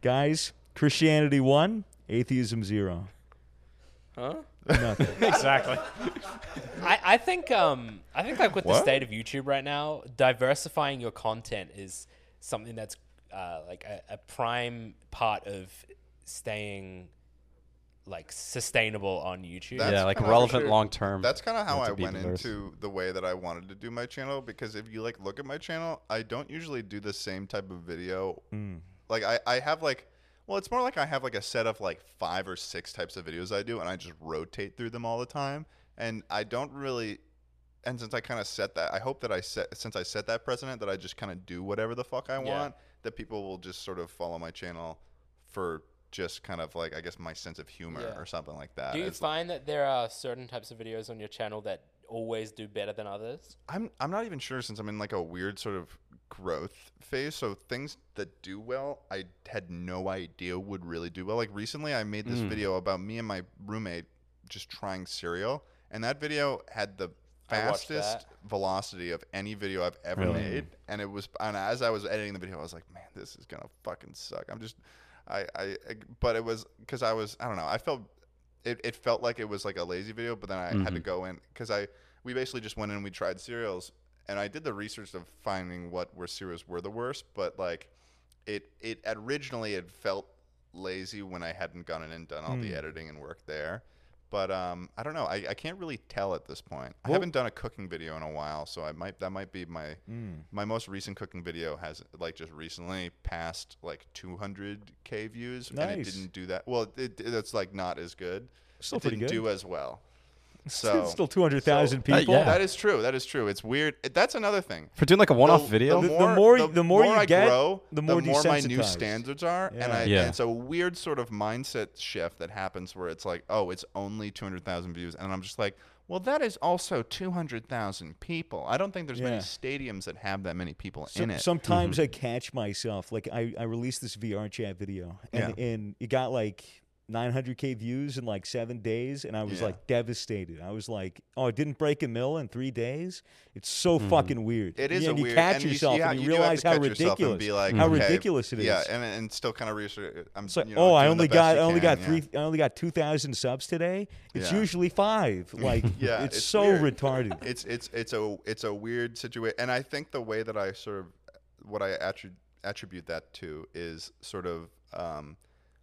guys, Christianity one, atheism zero.
Huh?
exactly.
I, I think um I think like with the
What?
state of YouTube right now, diversifying your content is something that's uh, like a, a prime part of staying
like sustainable on YouTube.
That's
yeah, like
kinda-
relevant
sure.
long term.
That's kind of how
That's
I
a
went
beaververse.
into the way that I wanted to do my channel because if you like look at my channel, I don't usually do the same type of video. Like I, I have like well, it's more like I have like a set of like five or six types of videos I do and I just rotate through them all the time and I don't really and since I kind of set that, I hope that I set since I set that precedent that I just kind of do whatever the fuck I want, that people will just sort of follow my channel for just kind of like I guess my sense of humor
Yeah.
or something like that.
Do you
It's-
find that there are certain types of videos on your channel that always do better than others?
I'm I'm not even sure since I'm in like a weird sort of growth phase. So things that do well, I had no idea would really do well. Like recently, I made
Hmm.
this video about me and my roommate just trying cereal, and that video had the
I watched
fastest velocity of any video I've ever made. And it was and as I was editing the video, I was like, man, this is gonna fucking suck. I'm just I, I, I- but it was because I was, I don't know, I felt, it, it felt like it was like a lazy video, but then I had to go in because I, we basically just went in and we tried cereals and I did the research of finding what where cereals were the worst, but like it, it originally it felt lazy when I hadn't gone in and done all the
Hmm.
editing and work there. But um, I don't know. I, I can't really tell at this point. I haven't done a cooking video in a while, so I might that might be my
Hmm.
my most recent cooking video has like just recently passed like 200k views, and it
Nice.
didn't do that. Well, it, it- that's like not as good.
<laughs> Still
it
pretty
didn't
good.
do
<laughs>
as well. So
Still 200,000
Uh,
people.
yeah.
that is true. That is true. It's weird. That's another thing
For doing like a one off
the-
video?
the- more- the more you
I
get,
grow,
the more
my new
desensitized.
standards are, and
Yeah.
I
Yeah.
and it's a weird sort of mindset shift that happens where it's like, oh, it's only two hundred thousand views, and I'm just like, well, that is also two hundred thousand people. I don't think there's
Yeah.
many stadiums that have that many people
So-
in it. Mm-hmm.
Sometimes I catch myself. Like I, I released this VR chat video and, and it got like 900k views in like seven days, and I was
Yeah.
like devastated. I was like, oh, it didn't break a mill in three days. It's so fucking weird.
Mm-hmm. It is
Yeah,
a
and you
weird.
catch
and you,
yourself
you, ha-
and you,
you do have
realize
to
how
catch yourself
ridiculous,
And be like,
how
okay,
ridiculous it is.
Yeah, and, and still kind of research. I'm
It's like,
you know,
oh, I
doing
only
the best
got,
you
I only
can,
got
yeah.
three, I only got two thousand subs today. It's
Yeah.
usually five. Like,
<laughs> Yeah,
it's,
it's
so
weird.
retarded.
it's it's it's a it's a weird situation and i think the way that i sort of what i attri- attribute that to is sort of um,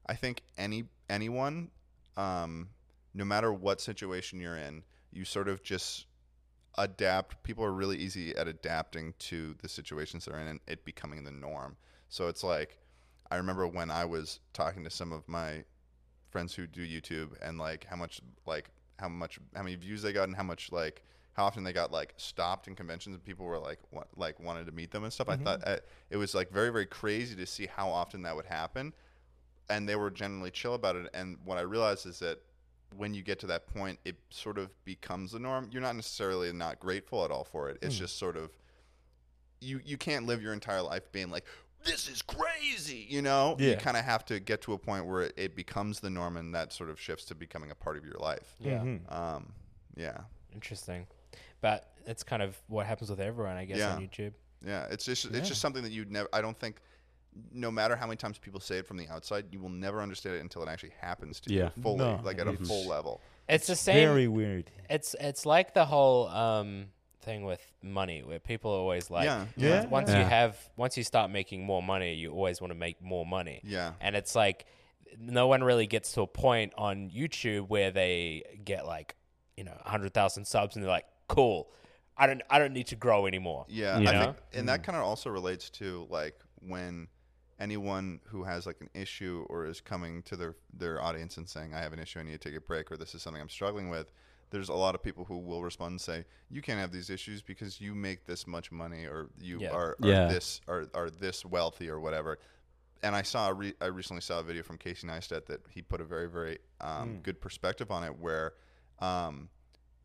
i think any anyone um, no matter what situation you're in you sort of just adapt people are really easy at adapting to the situations they're in and it becoming the norm so it's like i remember when i was talking to some of my friends who do YouTube and like how much like how much how many views they got and how much like how often they got like stopped in conventions and people were like wa- like wanted to meet them and stuff. I thought uh, it was like very very crazy to see how often that would happen, and they were generally chill about it. And what I realized is that when you get to that point, it sort of becomes the norm. You're not necessarily not grateful at all for it. It's just sort of you you can't live your entire life being like this is crazy you know you
Yeah.
kind of have to get to a point where it, it becomes the norm and that sort of shifts to becoming a part of your life
Yeah.
Mm-hmm.
um yeah
Interesting. But that's kind of what happens with everyone, I guess, on
Yeah.
YouTube.
yeah it's just it's just something that you'd never i don't think no matter how many times people say it from the outside you will never understand it until it actually happens to
Yeah.
you fully
No,
like at a full level
It's, the same.
Very weird.
It's it's like the whole um, thing with money, where people are always like,
Yeah,
once-
yeah.
once you
Yeah.
have, once you start making more money, you always want to make more money.
Yeah.
and it's like no one really gets to a point on YouTube where they get like, you know, hundred thousand subs, and they're like, cool. I don't, I don't need to grow anymore.
Yeah,
You
I
know?
think, and that kind of also relates to like when anyone who has like an issue or is coming to their their audience and saying, "I have an issue, I need to take a break," or "This is something I'm struggling with." There's a lot of people who will respond and say, "You can't have these issues because you make this much money, or you
Yeah.
are, are
Yeah.
this are are this wealthy, or whatever." And I saw a re- I recently saw a video from Casey Neistat that he put a very very um, good perspective on it, where um,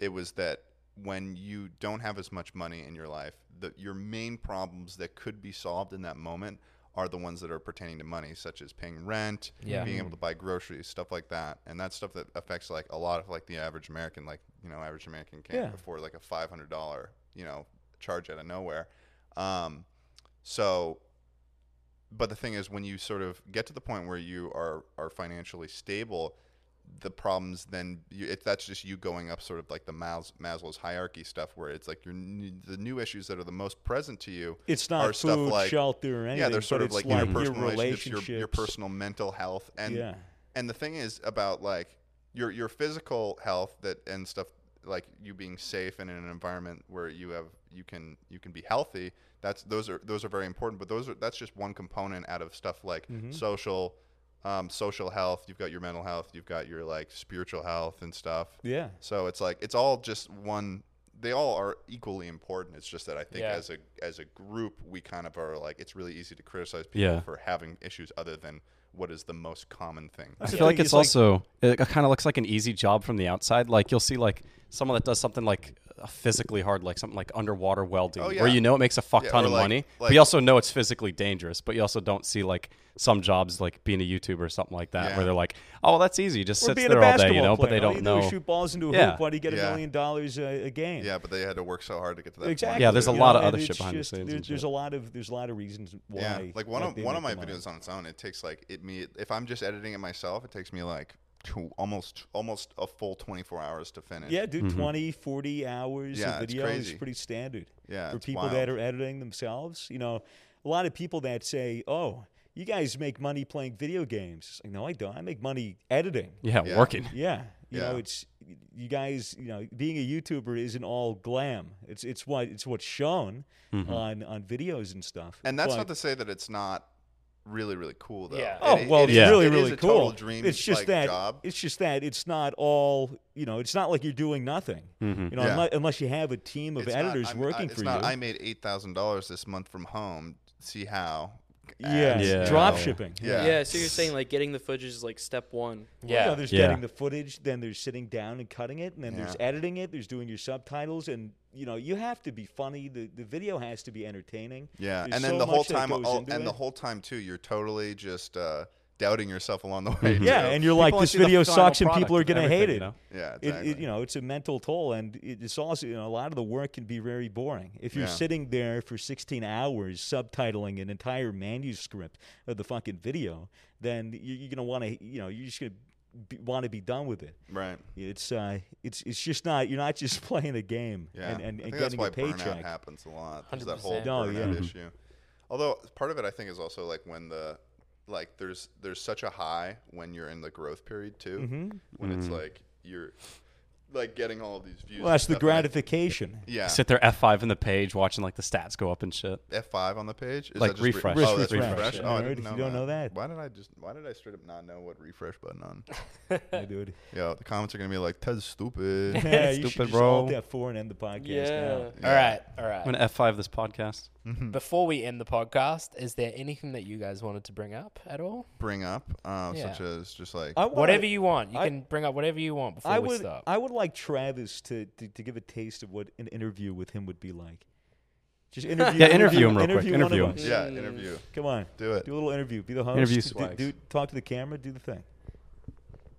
it was that when you don't have as much money in your life, the, your main problems that could be solved in that moment are the ones that are pertaining to money, such as paying rent,
Yeah.
being able to buy groceries, stuff like that. And that's stuff that affects like a lot of like the average American, like, you know, average American can't
Yeah.
afford like a $500, you know, charge out of nowhere. Um, so but the thing is when you sort of get to the point where you are are financially stable the problems then you, it, that's just you going up sort of like the Mas- maslow's hierarchy stuff where it's like your n- the new issues that are the most present to you
Mm-hmm. It's not
are stuff
food,
like-
shelter, or anything.
yeah they're sort
but
of
it's
like,
like
interpersonal
your
relationships your, your
relationships.
personal mental health and
Yeah.
and the thing is about like your your physical health that and stuff like you being safe and in an environment where you have you can you can be healthy. That's those are those are very important. But those are that's just one component out of stuff like social, um, social health. You've got your mental health. You've got your like spiritual health and stuff.
Yeah.
So it's like it's all just one. They all are equally important. It's just that I think
Yeah.
as a as a group, we kind of are like it's really easy to criticize people
Yeah.
for having issues other than what is the most common thing.
I
the
feel like
thing,
it's,
it's like-
also it kind of looks like an easy job from the outside. Like you'll see like someone that does something like uh, physically hard, like something like underwater welding,
Oh, yeah.
where you know it makes a fuck
Yeah,
ton
or
of
like-
money, but
like-
you also know it's physically dangerous. But you also don't see like some jobs like being a YouTuber or something like that,
Yeah.
where they're like, oh, well, that's easy, just
Or
sits
being a
there all
basketball
day, you know,
player.
but they
All
don't
you do
know.
is shoot balls into a
Yeah.
hoop. Why do you get a
Yeah.
million dollars a, a <laughs> game?
Yeah, but they had to work so hard to get to that
Exactly.
point.
Yeah, there's a
You
lot of
know,
other
and
shit
it's
behind the
just-
scenes and
There's, there's
shit.
a lot of there's a lot of reasons why.
Yeah, like one
why
of
they
one of my
make the money.
videos on its own, it takes like it me if I'm just editing it myself, it takes me like two almost almost a full 24 hours to finish.
Yeah, dude, twenty, forty 20, 40 hours
Yeah,
of
it's
video is
crazy.
pretty standard.
Yeah,
for
it's
people that
wild.
are editing themselves, you know, a lot of people that say, "Oh, you guys make money playing video games." It's like, no, I don't. I make money editing.
yeah,
Yeah.
working.
Yeah. You know,
Yeah.
it's you guys. You know, being a YouTuber isn't all glam. It's it's what it's what's shown on on videos and stuff.
Mm-hmm. And that's
But-
not to say that it's not really really cool though.
Yeah.
Oh
It- it-
well,
it
it's
is-
really
it is
really
a
cool.
Total dream
it's just
like,
that
job.
it's just that it's not all you know. It's not like you're doing nothing. You know,
Mm-hmm. Yeah.
unless, unless you have a team of
It's not-
editors
I'm- I-
working
it's
for
not,
you.
I made eight thousand dollars this month from home. See how?
yeah,
ads,
Yeah.
you
drop
know?
shipping.
Yeah.
Yeah, so you're saying like getting the footage is like step one.
You know,
Yeah.
there's
Yeah.
getting the footage, then there's sitting down and cutting it, and then there's
Yeah.
editing it, there's doing your subtitles, and you know you have to be funny. The the video has to be entertaining.
Yeah,
There's
and then
so
the whole
much that
time, uh,
goes
all,
into
and
<laughs>
the
it.
whole time too, you're totally just uh, doubting yourself along the <laughs>
Mm-hmm.
way.
yeah,
too.
and you're like
People
this
see the
video
final
sucks, and
product
people are
of
gonna hate it.
everything, you know?
yeah,
it,
exactly.
it you know it's a mental toll and it- it's also you know a lot of the work can be very boring if you're
Yeah.
sitting there for 16 hours subtitling an entire manuscript of the fucking video then you- you're gonna want to you know you're just gonna want to be done with it
right.
it's uh it's it's just not you're not just <laughs> playing a game
Yeah,
and and,
I
and
think
getting
that's why
a paycheck
burnout happens a lot. There's that whole
100%.
No,
burnout
yeah. Mm-hmm.
issue. Although part of it, I think, is also like when the like there's there's such a high when you're in the growth period too,
Mm-hmm.
when
Mm-hmm.
it's like you're like getting all of these views.
well that's
and
the
stuff, and I- <laughs>
gratification
Yeah,
Sit there F5 in the page, watching like the stats go up and shit.
F5 on the page. Is
Like
that just re-
refresh.
oh, that's
Refresh,
refresh.
yeah.
Oh, I
Alright,
didn't
if
know
you don't know that.
Why did I just? Why did I straight up not know what refresh button on?
yeah,
<laughs>
dude
Yo, the comments are gonna be like, "Ted's stupid."
<laughs> yeah you should
Stupid,
just alt
bro.
F4 and end the podcast
Yeah.
now.
All right. All right.
I'm gonna F5 this podcast.
Hmm.
Before we end the podcast, is there anything that you guys wanted to bring up at all?
Bring up, um,
Yeah.
such as just like
I wanna-
Whatever you want, you
I-
can bring up whatever you want before
I
we
would,
stop.
I would like Travis to, to, to give a taste of what an interview with him would be like.
<laughs>
Just interview,
Yeah, interview him real quick.
interview one of
Interview him.
us.
yeah, interview.
Come on,
Do it.
do a little interview. Be the host.
Interview
Do-
swags.
do- talk to the camera. Do the thing.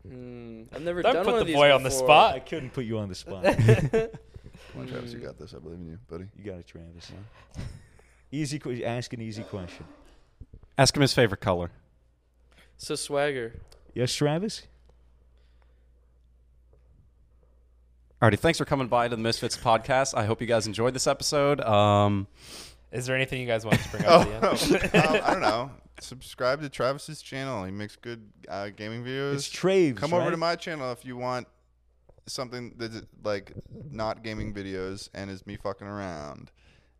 Mm, I've never
Don't
done
put
one
the
of these
boy on the
before.
spot.
I couldn't put you on the
<laughs>
spot.
Come on, Travis, you got this. I believe in you, buddy.
you got it, Travis. Easy. que- Ask an easy question.
Ask him his favorite color.
So swagger.
Yes, Travis.
Alrighty, thanks for coming by to the Misfits podcast. I hope you guys enjoyed this episode. Um,
Is there anything you guys wanted to bring up? at the end?
<laughs> um, I don't know. Subscribe to Travis's channel. He makes good uh, gaming videos.
It's Traves.
Come
right?
over to my channel if you want something that's like not gaming videos and is me fucking around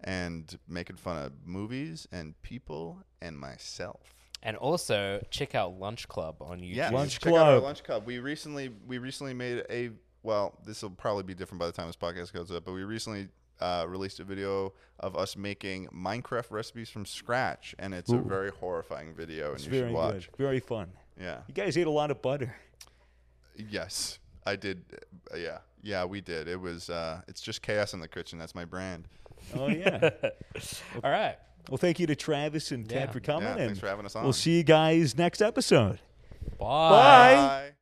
and making fun of movies and people and myself.
And also check out Lunch Club on YouTube.
Yeah,
Lunch
check out our
Club.
lunch club. We recently we recently made a well, this will probably be different by the time this podcast goes up, but we recently uh, released a video of us making Minecraft recipes from scratch, and it's a very horrifying video, and
It's
you should
very
watch.
good. Very fun.
Yeah.
You guys ate a lot of
<laughs>
butter.
Yes, I did. uh, Yeah, yeah, we did. It was. Uh, it's just chaos in the kitchen. That's my brand.
Oh yeah.
All right.
well, thank you to Travis and Ted
Yeah.
for coming.
Yeah,
and
thanks for having us on.
We'll see you guys next episode.
Bye.
Bye.
Bye.